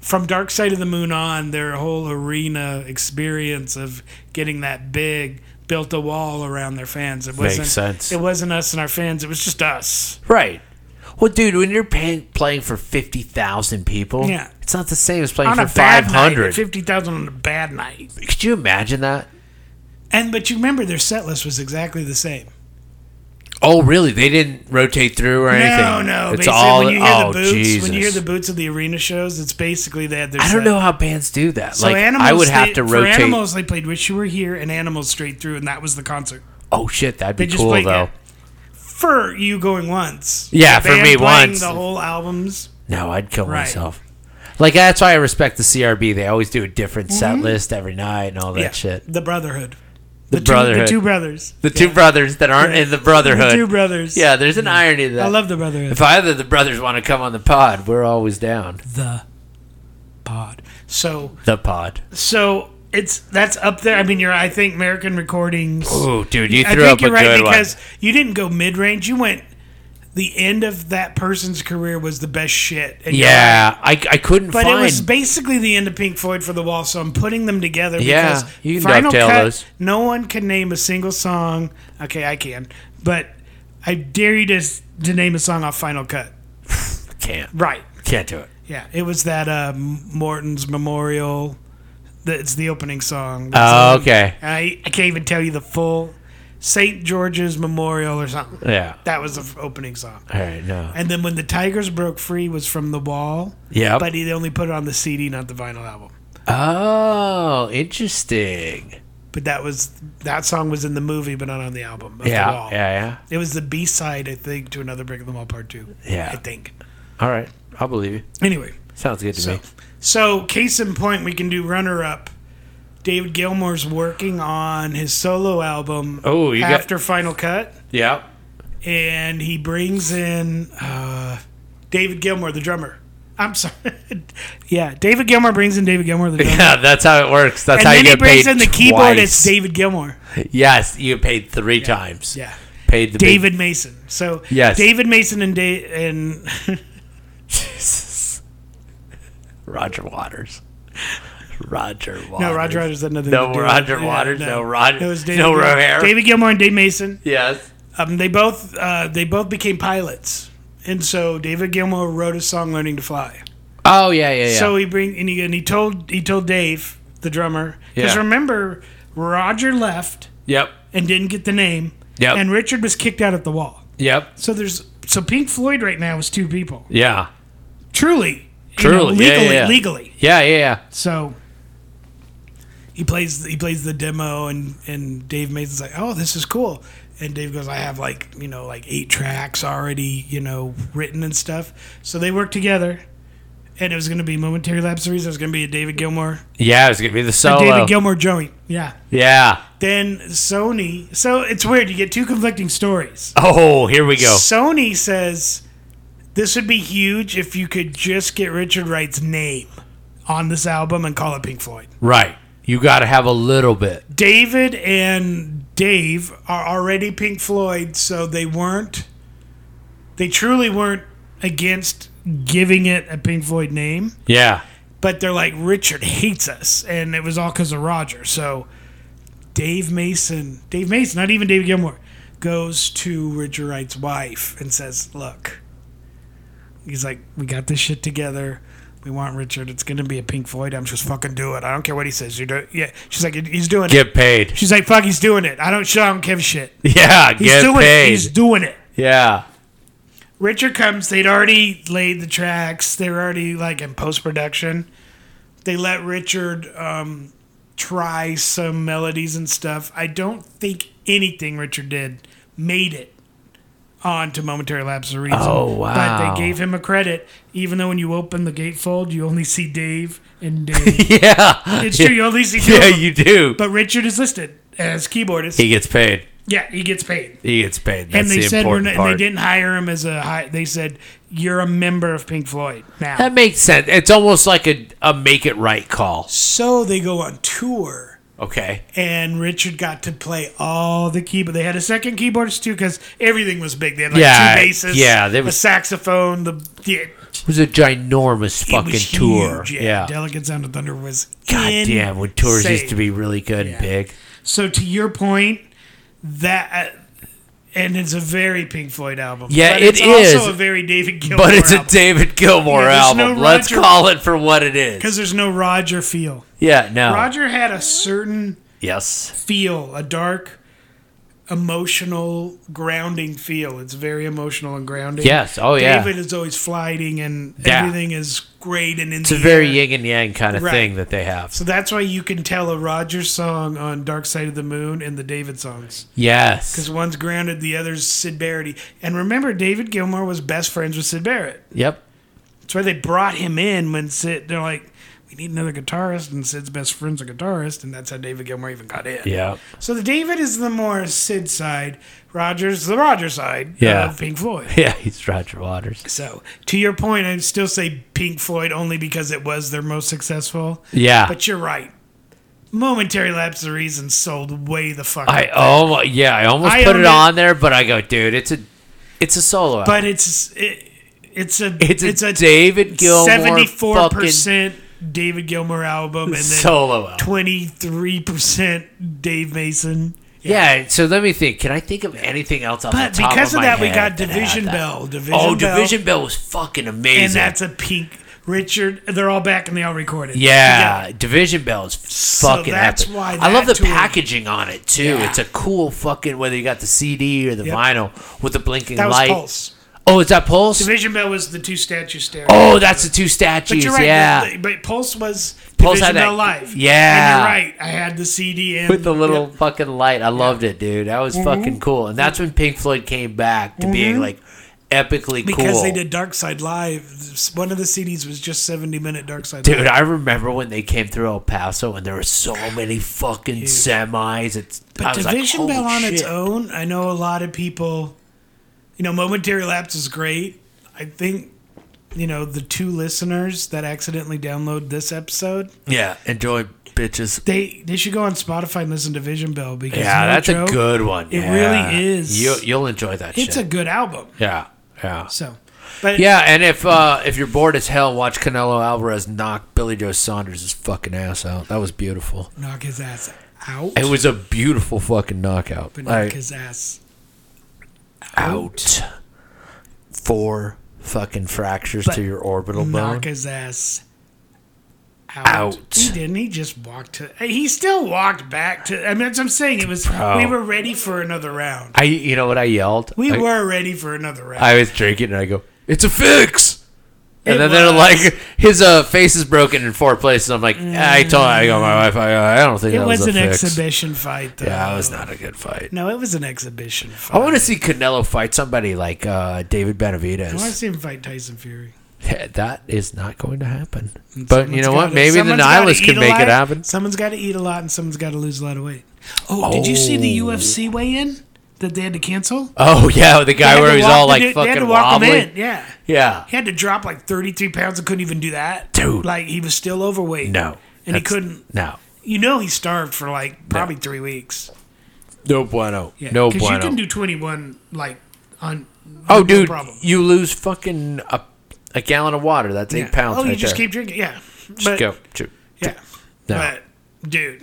Speaker 1: from Dark Side of the Moon on, their whole arena experience of getting that big built a wall around their fans. It
Speaker 2: Makes
Speaker 1: wasn't
Speaker 2: sense.
Speaker 1: It wasn't us and our fans, it was just us.
Speaker 2: Right. Well, dude, when you're paying, playing for 50,000 people,
Speaker 1: Yeah.
Speaker 2: it's not the same as playing
Speaker 1: on
Speaker 2: for
Speaker 1: a bad night,
Speaker 2: 500.
Speaker 1: fifty thousand on a bad night.
Speaker 2: Could you imagine that?
Speaker 1: And but you remember their set list was exactly the same.
Speaker 2: Oh, really? They didn't rotate through or anything?
Speaker 1: No, no.
Speaker 2: It's
Speaker 1: basically,
Speaker 2: all,
Speaker 1: when you hear
Speaker 2: oh,
Speaker 1: the boots,
Speaker 2: Jesus.
Speaker 1: when you hear the boots of the arena shows, it's basically they had their.
Speaker 2: I don't
Speaker 1: set.
Speaker 2: know how bands do that.
Speaker 1: So
Speaker 2: like,
Speaker 1: animals,
Speaker 2: I would have
Speaker 1: they-
Speaker 2: to
Speaker 1: for
Speaker 2: rotate.
Speaker 1: Animals, they played "Wish You Were Here" and "Animals" straight through, and that was the concert.
Speaker 2: oh, shit, that'd
Speaker 1: They
Speaker 2: be
Speaker 1: just
Speaker 2: cool,
Speaker 1: played
Speaker 2: though.
Speaker 1: it. For you going once,
Speaker 2: Yeah,
Speaker 1: The
Speaker 2: for
Speaker 1: band
Speaker 2: me
Speaker 1: playing
Speaker 2: once.
Speaker 1: The whole albums,
Speaker 2: No, I'd kill
Speaker 1: Right.
Speaker 2: myself. Like that's why I respect the CRB. They always do a different set list every night and all that
Speaker 1: Mm-hmm. yeah,
Speaker 2: shit.
Speaker 1: The Brotherhood.
Speaker 2: The,
Speaker 1: two-
Speaker 2: brotherhood,
Speaker 1: the two brothers.
Speaker 2: the two brothers that aren't in the brotherhood.
Speaker 1: The two brothers. Mm-hmm.
Speaker 2: Yeah, there's an irony to that.
Speaker 1: I love the Brotherhood.
Speaker 2: if either of the brothers want to come on the pod, we're always down.
Speaker 1: the pod. So
Speaker 2: The pod.
Speaker 1: so it's that's up there. I mean, you're I think American Recordings.
Speaker 2: Oh, dude, you
Speaker 1: I
Speaker 2: threw
Speaker 1: think
Speaker 2: up a
Speaker 1: you're right
Speaker 2: good
Speaker 1: because
Speaker 2: one.
Speaker 1: you didn't go mid range. You went the end of that person's career was the best shit. And you're like-
Speaker 2: Yeah, I, I couldn't
Speaker 1: But
Speaker 2: find.
Speaker 1: it was basically the end of Pink Floyd for the wall, so I'm putting them together.
Speaker 2: Yeah,
Speaker 1: because
Speaker 2: you can dovetail those.
Speaker 1: No one can name a single song. Okay, I can, but I dare you to s- to name a song off Final Cut.
Speaker 2: can't
Speaker 1: Right?
Speaker 2: can't do it.
Speaker 1: Yeah, it was that uh, Morton's Memorial. That's the opening song.
Speaker 2: Oh,
Speaker 1: It's, um,
Speaker 2: okay.
Speaker 1: I, I can't even tell you the full St. George's Memorial or something.
Speaker 2: Yeah.
Speaker 1: That was the f- opening song.
Speaker 2: All right. No.
Speaker 1: And then when the Tigers broke free was from the wall.
Speaker 2: Yeah.
Speaker 1: But he only put it on the CD, not the vinyl album.
Speaker 2: Oh, interesting.
Speaker 1: But that was that song was in the movie, but not on the album. Of the
Speaker 2: Yeah.
Speaker 1: wall.
Speaker 2: Yeah. Yeah.
Speaker 1: It was the B side, I think, to another Break of the Wall Part Two.
Speaker 2: Yeah.
Speaker 1: I think.
Speaker 2: All right. I'll believe you.
Speaker 1: Anyway,
Speaker 2: Sounds good to
Speaker 1: so
Speaker 2: me.
Speaker 1: so case in point, we can do runner up. David Gilmour's working on his solo album.
Speaker 2: Oh, you got-
Speaker 1: after Final Cut.
Speaker 2: Yeah.
Speaker 1: and he brings in uh, David Gilmour, the drummer. I'm sorry. yeah, David Gilmour brings in David Gilmour, the drummer.
Speaker 2: Yeah, that's how it works. That's
Speaker 1: And
Speaker 2: how
Speaker 1: then
Speaker 2: you
Speaker 1: he
Speaker 2: get
Speaker 1: brings
Speaker 2: paid
Speaker 1: in the keyboard. It's
Speaker 2: twice.
Speaker 1: David Gilmour.
Speaker 2: Yes, you get paid three times.
Speaker 1: Yeah,
Speaker 2: Paid the big-
Speaker 1: David Mason. So
Speaker 2: Yes.
Speaker 1: David Mason and da- and
Speaker 2: Jesus. Roger Waters. Roger Waters.
Speaker 1: no Roger Waters had nothing.
Speaker 2: No
Speaker 1: to do with
Speaker 2: Roger
Speaker 1: it.
Speaker 2: Waters, no Roger-
Speaker 1: It was
Speaker 2: no
Speaker 1: David Gilmour.
Speaker 2: Rohare.
Speaker 1: David Gilmour and Dave Mason.
Speaker 2: Yes.
Speaker 1: Um, they both uh, they both became pilots, and so David Gilmour wrote a song, "Learning to Fly."
Speaker 2: Oh yeah, yeah, yeah.
Speaker 1: So he bring and he, and he told he told Dave the drummer because
Speaker 2: Yeah.
Speaker 1: remember Roger left
Speaker 2: yep.
Speaker 1: and didn't get the name,
Speaker 2: Yep.
Speaker 1: and Richard was kicked out at the wall.
Speaker 2: Yep.
Speaker 1: So there's so Pink Floyd right now is two people
Speaker 2: Yeah.
Speaker 1: truly, you know,
Speaker 2: Truly. yeah,
Speaker 1: legally,
Speaker 2: yeah, yeah.
Speaker 1: legally.
Speaker 2: Yeah, yeah, yeah.
Speaker 1: So he plays he plays the demo and and Dave Mason's like, oh, this is cool. And Dave goes, I have like you know like eight tracks already you know written and stuff. So they work together. And it was going to be momentary lapse series. It was going to be a David Gilmore,
Speaker 2: Yeah, it was gonna be the
Speaker 1: a
Speaker 2: solo.
Speaker 1: David Gilmore joint. Yeah.
Speaker 2: yeah.
Speaker 1: Then Sony. So it's weird. You get two conflicting stories.
Speaker 2: Oh, here we go.
Speaker 1: Sony says this would be huge if you could just get Richard Wright's name on this album and call it Pink Floyd.
Speaker 2: Right. You gotta have a little bit.
Speaker 1: David and Dave are already Pink Floyd, so they weren't. They truly weren't against giving it a Pink Floyd name,
Speaker 2: Yeah.
Speaker 1: but they're like Richard hates us, and it was all because of Roger. So Dave Mason, Dave Mason, not even David Gilmore, goes to Richard Wright's wife and says, "Look, he's like, we got this shit together." We want Richard. It's gonna be a Pink Floyd. I'm just fucking do it. I don't care what he says. You're doing, yeah. She's like, he's doing it.
Speaker 2: Get paid.
Speaker 1: She's like, "Fuck, he's doing it. I don't. shit, I don't give a shit.
Speaker 2: Yeah,
Speaker 1: He's
Speaker 2: get
Speaker 1: doing
Speaker 2: paid.
Speaker 1: it. He's doing it."
Speaker 2: yeah.
Speaker 1: Richard comes. They'd already laid the tracks. They were already like in post production. They let Richard um, try some melodies and stuff. I don't think anything Richard did made it onto momentary lapse of reason.
Speaker 2: Oh,
Speaker 1: But
Speaker 2: wow.
Speaker 1: they gave him a credit, even though when you open the gatefold, you only see Dave and Dave.
Speaker 2: Yeah.
Speaker 1: it's true. You only see two of
Speaker 2: Yeah,
Speaker 1: them.
Speaker 2: you do.
Speaker 1: But Richard is listed as keyboardist.
Speaker 2: He gets paid.
Speaker 1: yeah, he gets paid
Speaker 2: He gets paid.
Speaker 1: and
Speaker 2: That's
Speaker 1: they
Speaker 2: the
Speaker 1: said we're
Speaker 2: important
Speaker 1: not,
Speaker 2: part.
Speaker 1: and they didn't hire him as a high, they said you're a member of Pink Floyd now.
Speaker 2: That makes sense. It's almost like a, a make it right call.
Speaker 1: so they go on tour
Speaker 2: Okay.
Speaker 1: and Richard got to play all the keyboard. They had a second keyboardist too because everything was big. They had like
Speaker 2: Yeah,
Speaker 1: two basses,
Speaker 2: yeah, they
Speaker 1: they a
Speaker 2: was-
Speaker 1: saxophone, the, the
Speaker 2: It was a ginormous
Speaker 1: it
Speaker 2: fucking
Speaker 1: was
Speaker 2: tour.
Speaker 1: huge,
Speaker 2: yeah.
Speaker 1: Delicate Sound of Thunder was
Speaker 2: God damn, when tours used to
Speaker 1: insane.
Speaker 2: be really good
Speaker 1: Yeah.
Speaker 2: and big.
Speaker 1: So to your point, that uh, and it's a very Pink Floyd album.
Speaker 2: Yeah,
Speaker 1: but
Speaker 2: it
Speaker 1: it's
Speaker 2: is.
Speaker 1: also a very David Gilmour.
Speaker 2: But it's a
Speaker 1: album.
Speaker 2: David Gilmour
Speaker 1: Yeah, there's no
Speaker 2: album. Let's
Speaker 1: Roger-
Speaker 2: call it for what it is.
Speaker 1: because there's no Roger feel.
Speaker 2: Yeah, no.
Speaker 1: Roger had a certain
Speaker 2: Yes.
Speaker 1: feel, a dark, emotional, grounding feel. It's very emotional and grounding.
Speaker 2: Yes. Oh, yeah.
Speaker 1: David is always flying, and
Speaker 2: Yeah.
Speaker 1: everything is great and in
Speaker 2: It's a
Speaker 1: the
Speaker 2: very
Speaker 1: air.
Speaker 2: yin and yang kind of
Speaker 1: Right.
Speaker 2: thing that they have.
Speaker 1: So that's why you can tell a Roger song on Dark Side of the Moon and the David songs.
Speaker 2: Yes.
Speaker 1: Because one's grounded, the other's Sid Barrett. And remember, David Gilmour was best friends with Sid Barrett.
Speaker 2: Yep.
Speaker 1: That's why they brought him in when Sid. They're like, we need another guitarist, and Sid's best friend's a guitarist, and that's how David Gilmour even got in.
Speaker 2: Yeah.
Speaker 1: So the David is the more Sid side, Rogers the Roger side
Speaker 2: Yeah.
Speaker 1: of Pink Floyd.
Speaker 2: Yeah, he's Roger Waters.
Speaker 1: So to your point, I'd still say Pink Floyd only because it was their most successful.
Speaker 2: Yeah.
Speaker 1: But you're right. Momentary lapse of reason sold way the fuck.
Speaker 2: I
Speaker 1: up.
Speaker 2: oh yeah, I almost
Speaker 1: I
Speaker 2: put it
Speaker 1: own it.
Speaker 2: on there, but I go, dude, it's a it's a solo. album.
Speaker 1: but it's it, it's a
Speaker 2: It's a David Gilmour
Speaker 1: percent David Gilmour album and then
Speaker 2: solo. album.
Speaker 1: twenty three percent Dave Mason.
Speaker 2: Yeah. so let me think. Can I think of anything else off
Speaker 1: But
Speaker 2: the top
Speaker 1: because
Speaker 2: of,
Speaker 1: of
Speaker 2: my
Speaker 1: that, we
Speaker 2: head
Speaker 1: got
Speaker 2: that had
Speaker 1: Division
Speaker 2: that?
Speaker 1: Bell. Division
Speaker 2: Oh,
Speaker 1: Bell,
Speaker 2: Division Bell was fucking amazing.
Speaker 1: and that's a pink Richard. They're all back and they all recorded.
Speaker 2: yeah,
Speaker 1: together.
Speaker 2: Division Bell is fucking
Speaker 1: that's
Speaker 2: epic.
Speaker 1: why
Speaker 2: I love the
Speaker 1: that tour-
Speaker 2: packaging on it too.
Speaker 1: Yeah.
Speaker 2: It's a cool fucking whether you got the CD or the
Speaker 1: Yep.
Speaker 2: vinyl with the blinking
Speaker 1: that was
Speaker 2: light.
Speaker 1: Pulse.
Speaker 2: Oh, is that Pulse?
Speaker 1: Division Bell was the two statues staring.
Speaker 2: oh, that's the two statues.
Speaker 1: But you're right.
Speaker 2: yeah.
Speaker 1: the- But Pulse was
Speaker 2: Pulse
Speaker 1: Division
Speaker 2: had that-
Speaker 1: Bell Live.
Speaker 2: yeah.
Speaker 1: And you're right. I had the CD in
Speaker 2: with the little fucking light. I loved it, dude. That
Speaker 1: Mm-hmm.
Speaker 2: was fucking cool. And that's when Pink Floyd came back to being like epically cool.
Speaker 1: because they did Dark Side Live. One of the CDs was just 70 minute Dark Side
Speaker 2: Dude,
Speaker 1: Live.
Speaker 2: I remember when they came through El Paso and there were so many fucking semis. It's I
Speaker 1: But
Speaker 2: was
Speaker 1: Division
Speaker 2: like,
Speaker 1: Bell
Speaker 2: "Holy
Speaker 1: on its
Speaker 2: shit."
Speaker 1: own, I know a lot of people, you know, Momentary Lapse is great. I think, you know, the two listeners that accidentally download this episode,
Speaker 2: Yeah, enjoy bitches.
Speaker 1: they they should go on Spotify and listen to Division Bell because
Speaker 2: Yeah,
Speaker 1: no
Speaker 2: that's
Speaker 1: joke,
Speaker 2: a good one.
Speaker 1: It
Speaker 2: Yeah.
Speaker 1: really is.
Speaker 2: You you'll enjoy that
Speaker 1: It's a
Speaker 2: shit.
Speaker 1: good album.
Speaker 2: yeah. Yeah.
Speaker 1: So, but
Speaker 2: Yeah, and if uh, if you're bored as hell, watch Canelo Alvarez knock Billy Joe Saunders' fucking ass out. That was beautiful.
Speaker 1: knock his ass out.
Speaker 2: It was a beautiful fucking knockout.
Speaker 1: but knock
Speaker 2: Like-
Speaker 1: his ass.
Speaker 2: out four fucking fractures
Speaker 1: But
Speaker 2: to your orbital bone.
Speaker 1: Knock his ass out.
Speaker 2: Out.
Speaker 1: He didn't. He just walked to. He still walked back to. I mean, that's what I'm saying. It was. We were ready for another round.
Speaker 2: I, you know what I yelled?
Speaker 1: We
Speaker 2: I,
Speaker 1: were ready for another round.
Speaker 2: I was drinking, and I go, "It's a fix." And
Speaker 1: It
Speaker 2: then they're
Speaker 1: was.
Speaker 2: like, "His uh, face is broken in four places." I'm like, "I told I go my wife. I, I don't think
Speaker 1: Mm. it
Speaker 2: that
Speaker 1: was,
Speaker 2: was,
Speaker 1: an
Speaker 2: a fix."
Speaker 1: exhibition fight, though.
Speaker 2: Yeah, it was not a good fight.
Speaker 1: No, it was an exhibition fight.
Speaker 2: I want to see Canelo fight somebody like uh, David
Speaker 1: I want to
Speaker 2: Benavidez.
Speaker 1: see him fight Tyson Fury.
Speaker 2: Yeah, That is not going to happen. But you
Speaker 1: Someone's
Speaker 2: know what?
Speaker 1: gotta-
Speaker 2: Maybe the
Speaker 1: someone's gotta
Speaker 2: nihilist
Speaker 1: eat
Speaker 2: can
Speaker 1: a
Speaker 2: make
Speaker 1: lot.
Speaker 2: it happen.
Speaker 1: Someone's got to eat a lot, and someone's got to lose a lot of weight. Oh, did you see the
Speaker 2: Oh.
Speaker 1: UFC weigh-in that they had to cancel?
Speaker 2: Oh yeah, the
Speaker 1: They
Speaker 2: guy
Speaker 1: had
Speaker 2: where
Speaker 1: to
Speaker 2: he's
Speaker 1: walk
Speaker 2: all
Speaker 1: the
Speaker 2: like
Speaker 1: dude- they had to
Speaker 2: fucking
Speaker 1: walk him
Speaker 2: wobbly.
Speaker 1: in, Yeah.
Speaker 2: Yeah.
Speaker 1: He had to drop like 33 pounds and couldn't even do that.
Speaker 2: Dude.
Speaker 1: Like he was still overweight.
Speaker 2: No.
Speaker 1: And he
Speaker 2: That's-
Speaker 1: couldn't.
Speaker 2: No.
Speaker 1: You know he starved for like probably three weeks.
Speaker 2: No bueno.
Speaker 1: Yeah.
Speaker 2: No
Speaker 1: Because you
Speaker 2: bueno.
Speaker 1: can do 21 like on.
Speaker 2: oh,
Speaker 1: no
Speaker 2: dude,
Speaker 1: problem.
Speaker 2: you lose fucking a, a gallon of water. That's
Speaker 1: Yeah.
Speaker 2: eight pounds.
Speaker 1: Oh, you
Speaker 2: right
Speaker 1: just
Speaker 2: there.
Speaker 1: keep drinking. Yeah.
Speaker 2: Just
Speaker 1: But,
Speaker 2: go. Choo.
Speaker 1: Yeah.
Speaker 2: No.
Speaker 1: But dude.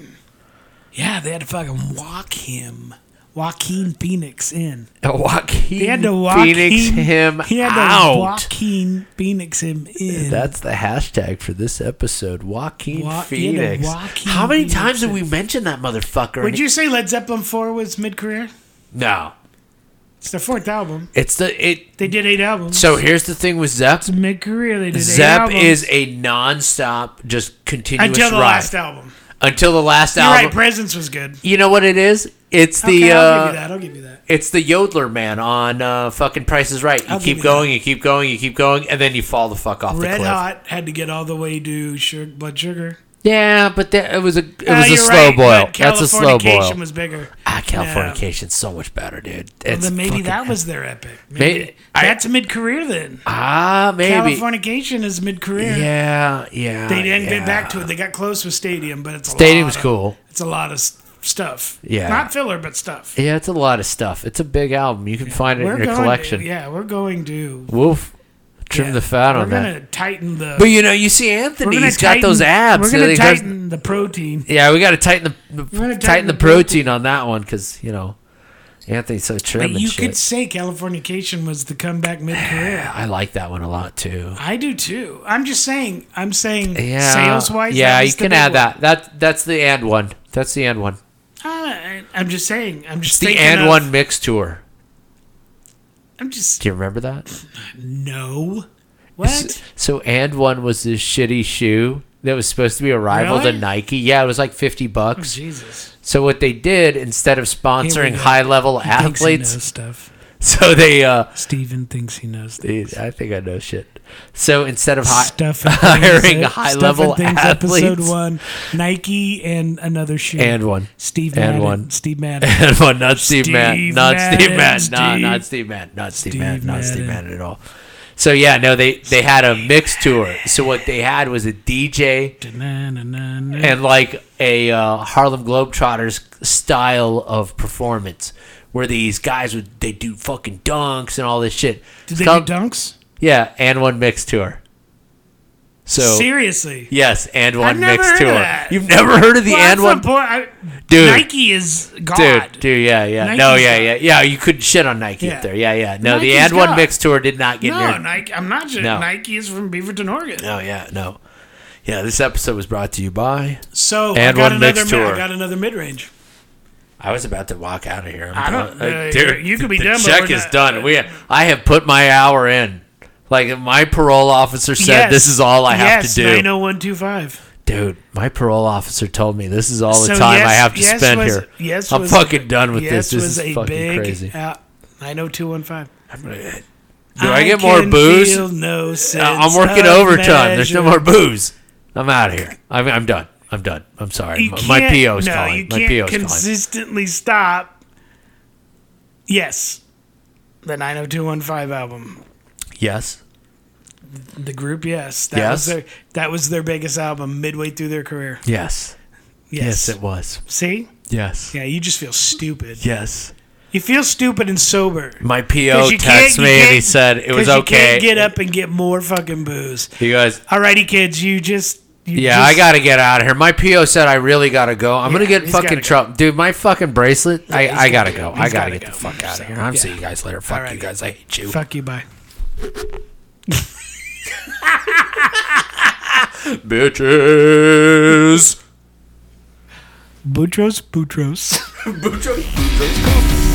Speaker 1: Yeah, they had to fucking walk him. Joaquin Phoenix in.
Speaker 2: Joaquin
Speaker 1: They had to walk
Speaker 2: Phoenix
Speaker 1: him,
Speaker 2: him
Speaker 1: He had to
Speaker 2: out.
Speaker 1: Joaquin Phoenix him in.
Speaker 2: That's the hashtag for this episode. Joaquin
Speaker 1: Wa- you had to
Speaker 2: Phoenix.
Speaker 1: Joaquin
Speaker 2: How many
Speaker 1: Phoenix
Speaker 2: times
Speaker 1: it.
Speaker 2: have we mentioned that motherfucker?
Speaker 1: Would you say Led Zeppelin 4 was mid career?
Speaker 2: No.
Speaker 1: It's their fourth album.
Speaker 2: It's the it.
Speaker 1: They did eight albums.
Speaker 2: So here's the thing with Zep.
Speaker 1: mid career they did eight
Speaker 2: Zep
Speaker 1: albums
Speaker 2: is a non-stop, just continuous
Speaker 1: until the
Speaker 2: ride.
Speaker 1: last album.
Speaker 2: until the last
Speaker 1: You're
Speaker 2: album.
Speaker 1: right, Presence was good.
Speaker 2: You know what it is? It's
Speaker 1: Okay, I'll give
Speaker 2: the uh,
Speaker 1: you that. I'll give you that.
Speaker 2: it's the yodeler man on uh, fucking Price is Right. You
Speaker 1: I'll give
Speaker 2: keep
Speaker 1: you
Speaker 2: going, you keep going, you keep going, and then you fall the fuck off the
Speaker 1: Red
Speaker 2: cliff.
Speaker 1: Hot had to get all the way to Sug- Blood Sugar.
Speaker 2: Yeah, but that, it was a it
Speaker 1: Ah,
Speaker 2: was a
Speaker 1: you're
Speaker 2: slow
Speaker 1: right,
Speaker 2: boil.
Speaker 1: but
Speaker 2: That's a slow boil.
Speaker 1: Californication was bigger.
Speaker 2: ah, Californication's so much better, dude.
Speaker 1: Well,
Speaker 2: It's
Speaker 1: then maybe
Speaker 2: fucking-
Speaker 1: that was their epic.
Speaker 2: May-
Speaker 1: Maybe.
Speaker 2: I-
Speaker 1: That's mid career then.
Speaker 2: ah maybe
Speaker 1: Californication is mid career.
Speaker 2: yeah yeah.
Speaker 1: They didn't
Speaker 2: yeah.
Speaker 1: get back to it. They got close with Stadium, but it's a
Speaker 2: Stadium's
Speaker 1: lot of-
Speaker 2: cool.
Speaker 1: It's a lot of s- stuff.
Speaker 2: Yeah.
Speaker 1: Not filler, but stuff.
Speaker 2: Yeah, it's a lot of stuff. It's a big album. You can find it in your
Speaker 1: going
Speaker 2: collection.
Speaker 1: To, yeah, we're going to
Speaker 2: Wolf, trim
Speaker 1: yeah,
Speaker 2: the fat on
Speaker 1: We're
Speaker 2: that.
Speaker 1: gonna tighten the
Speaker 2: But you know, you see Anthony,
Speaker 1: gonna
Speaker 2: he's got those abs.
Speaker 1: We're gonna
Speaker 2: He goes-
Speaker 1: tighten the protein.
Speaker 2: Yeah, we got to tighten the
Speaker 1: gonna
Speaker 2: tighten,
Speaker 1: tighten
Speaker 2: the
Speaker 1: the protein.
Speaker 2: protein on that one because you know Anthony's so trim
Speaker 1: But
Speaker 2: and
Speaker 1: you
Speaker 2: shit.
Speaker 1: could say Californication was the comeback mid
Speaker 2: Yeah,
Speaker 1: career.
Speaker 2: I like that one a lot too.
Speaker 1: I do too. I'm just saying. I'm saying
Speaker 2: Yeah,
Speaker 1: sales wise.
Speaker 2: yeah, you can add that. That that's the and one. That's the and one.
Speaker 1: I, Uh, I'm just saying. I'm just
Speaker 2: It's the
Speaker 1: thinking
Speaker 2: and
Speaker 1: of-
Speaker 2: one mix tour.
Speaker 1: I'm just
Speaker 2: Do you remember that?
Speaker 1: no. What?
Speaker 2: S- So and one was this shitty shoe that was supposed to be a rival
Speaker 1: Really? Oh,
Speaker 2: to Nike. Yeah, it was like fifty bucks.
Speaker 1: Jesus.
Speaker 2: So what they did instead of sponsoring
Speaker 1: go.
Speaker 2: high level
Speaker 1: He thinks he knows
Speaker 2: athletes,
Speaker 1: stuff.
Speaker 2: So they, uh,
Speaker 1: Steven thinks he knows things.
Speaker 2: Dude, I think I know shit. So instead of hi-
Speaker 1: Stuff and Things,
Speaker 2: hiring
Speaker 1: uh,
Speaker 2: high
Speaker 1: Stuff
Speaker 2: level
Speaker 1: and Things episode
Speaker 2: athletes
Speaker 1: one, Nike and another shoe.
Speaker 2: and one,
Speaker 1: Steve
Speaker 2: and
Speaker 1: Madden.
Speaker 2: one.
Speaker 1: Steve Madden.
Speaker 2: and one, not Steve,
Speaker 1: Steve
Speaker 2: Madden, not Steve
Speaker 1: Madden,
Speaker 2: Madden, no,
Speaker 1: Steve-
Speaker 2: not Steve Madden, not Steve,
Speaker 1: Steve
Speaker 2: Madden, not Steve
Speaker 1: Madden.
Speaker 2: Madden at all. So yeah, no, they they had a mixed tour. So what they had was a DJ
Speaker 1: Da-na-na-na-na.
Speaker 2: and like a uh, Harlem Globetrotters style of performance, where these guys would they do fucking dunks and all this shit.
Speaker 1: Did they
Speaker 2: Come-
Speaker 1: do dunks?
Speaker 2: Yeah, and one mixed tour. So
Speaker 1: Seriously.
Speaker 2: Yes, and one
Speaker 1: never
Speaker 2: mixed
Speaker 1: heard
Speaker 2: tour.
Speaker 1: of that.
Speaker 2: You've never heard of the
Speaker 1: Well,
Speaker 2: and
Speaker 1: that's
Speaker 2: one,
Speaker 1: the point. I-
Speaker 2: dude,
Speaker 1: Nike is God.
Speaker 2: dude, dude, yeah, yeah, no,
Speaker 1: Nike's
Speaker 2: yeah,
Speaker 1: God.
Speaker 2: yeah, yeah. You couldn't shit on Nike
Speaker 1: Yeah.
Speaker 2: up there, yeah, yeah. No, the
Speaker 1: Nike's
Speaker 2: and one
Speaker 1: God.
Speaker 2: mixed tour did not get
Speaker 1: No,
Speaker 2: near.
Speaker 1: Nike. I'm not sure.
Speaker 2: No.
Speaker 1: Nike is from Beaverton, Oregon.
Speaker 2: No, yeah, no, yeah. This episode was brought to you by.
Speaker 1: So I
Speaker 2: And
Speaker 1: got
Speaker 2: one
Speaker 1: another.
Speaker 2: mixed
Speaker 1: mi-
Speaker 2: tour.
Speaker 1: I got another mid range.
Speaker 2: I was about to walk out of here. I'm
Speaker 1: I don't-
Speaker 2: telling-
Speaker 1: uh,
Speaker 2: like,
Speaker 1: you could be
Speaker 2: the
Speaker 1: done, but
Speaker 2: check
Speaker 1: we're
Speaker 2: is
Speaker 1: not-
Speaker 2: done. We, I have put my hour in. Like my parole officer said, this is all I have
Speaker 1: yes,
Speaker 2: to do.
Speaker 1: 90125.
Speaker 2: Dude, my parole officer told me this is all the
Speaker 1: So
Speaker 2: time
Speaker 1: yes-
Speaker 2: I have to
Speaker 1: yes
Speaker 2: spend
Speaker 1: was-
Speaker 2: here.
Speaker 1: yes
Speaker 2: I'm
Speaker 1: was-
Speaker 2: fucking done with
Speaker 1: Yes,
Speaker 2: this. This
Speaker 1: was
Speaker 2: is
Speaker 1: a
Speaker 2: fucking
Speaker 1: big
Speaker 2: crazy.
Speaker 1: Uh, 90215.
Speaker 2: Do I, get more
Speaker 1: can
Speaker 2: booze?
Speaker 1: feel no
Speaker 2: Uh,
Speaker 1: sense
Speaker 2: I'm working
Speaker 1: of
Speaker 2: overtime. There's no
Speaker 1: measure.
Speaker 2: more booze. I'm out of here. I'm, I'm done. I'm done. I'm sorry.
Speaker 1: You
Speaker 2: My- my
Speaker 1: can't-
Speaker 2: PO's
Speaker 1: no,
Speaker 2: calling.
Speaker 1: You
Speaker 2: my
Speaker 1: can't
Speaker 2: PO's calling.
Speaker 1: consistently stop. Yes, the 90215 album,
Speaker 2: Yes.
Speaker 1: the group. Yes, that was
Speaker 2: Yes.
Speaker 1: their that was their biggest album midway through their career.
Speaker 2: Yes.
Speaker 1: Yes,
Speaker 2: Yes, it was.
Speaker 1: see,
Speaker 2: Yes.
Speaker 1: yeah, you just feel stupid.
Speaker 2: Yes.
Speaker 1: You feel stupid and sober.
Speaker 2: My
Speaker 1: Because
Speaker 2: PO
Speaker 1: you can't-
Speaker 2: texted
Speaker 1: you
Speaker 2: me and he
Speaker 1: can't-
Speaker 2: said it was
Speaker 1: 'Cause
Speaker 2: okay.
Speaker 1: You can't get up and get more fucking booze.
Speaker 2: He goes,
Speaker 1: Alrighty, kids, you just you
Speaker 2: Yeah,
Speaker 1: just-
Speaker 2: I gotta get out of here. My PO said I really gotta go. I'm gonna
Speaker 1: Yeah,
Speaker 2: get
Speaker 1: he's
Speaker 2: fucking
Speaker 1: gotta go.
Speaker 2: trouble, dude. My fucking bracelet. I,
Speaker 1: he's gotta
Speaker 2: I gotta
Speaker 1: go.
Speaker 2: go.
Speaker 1: He's
Speaker 2: I gotta,
Speaker 1: gotta
Speaker 2: get
Speaker 1: go.
Speaker 2: the fuck out
Speaker 1: So,
Speaker 2: of here. I'm
Speaker 1: yeah.
Speaker 2: seeing you guys later. Fuck
Speaker 1: Alrighty.
Speaker 2: you guys. I hate you.
Speaker 1: Fuck you, bye.
Speaker 2: Bitches.
Speaker 1: Boutros, Boutros.
Speaker 2: Boutros- Boutros-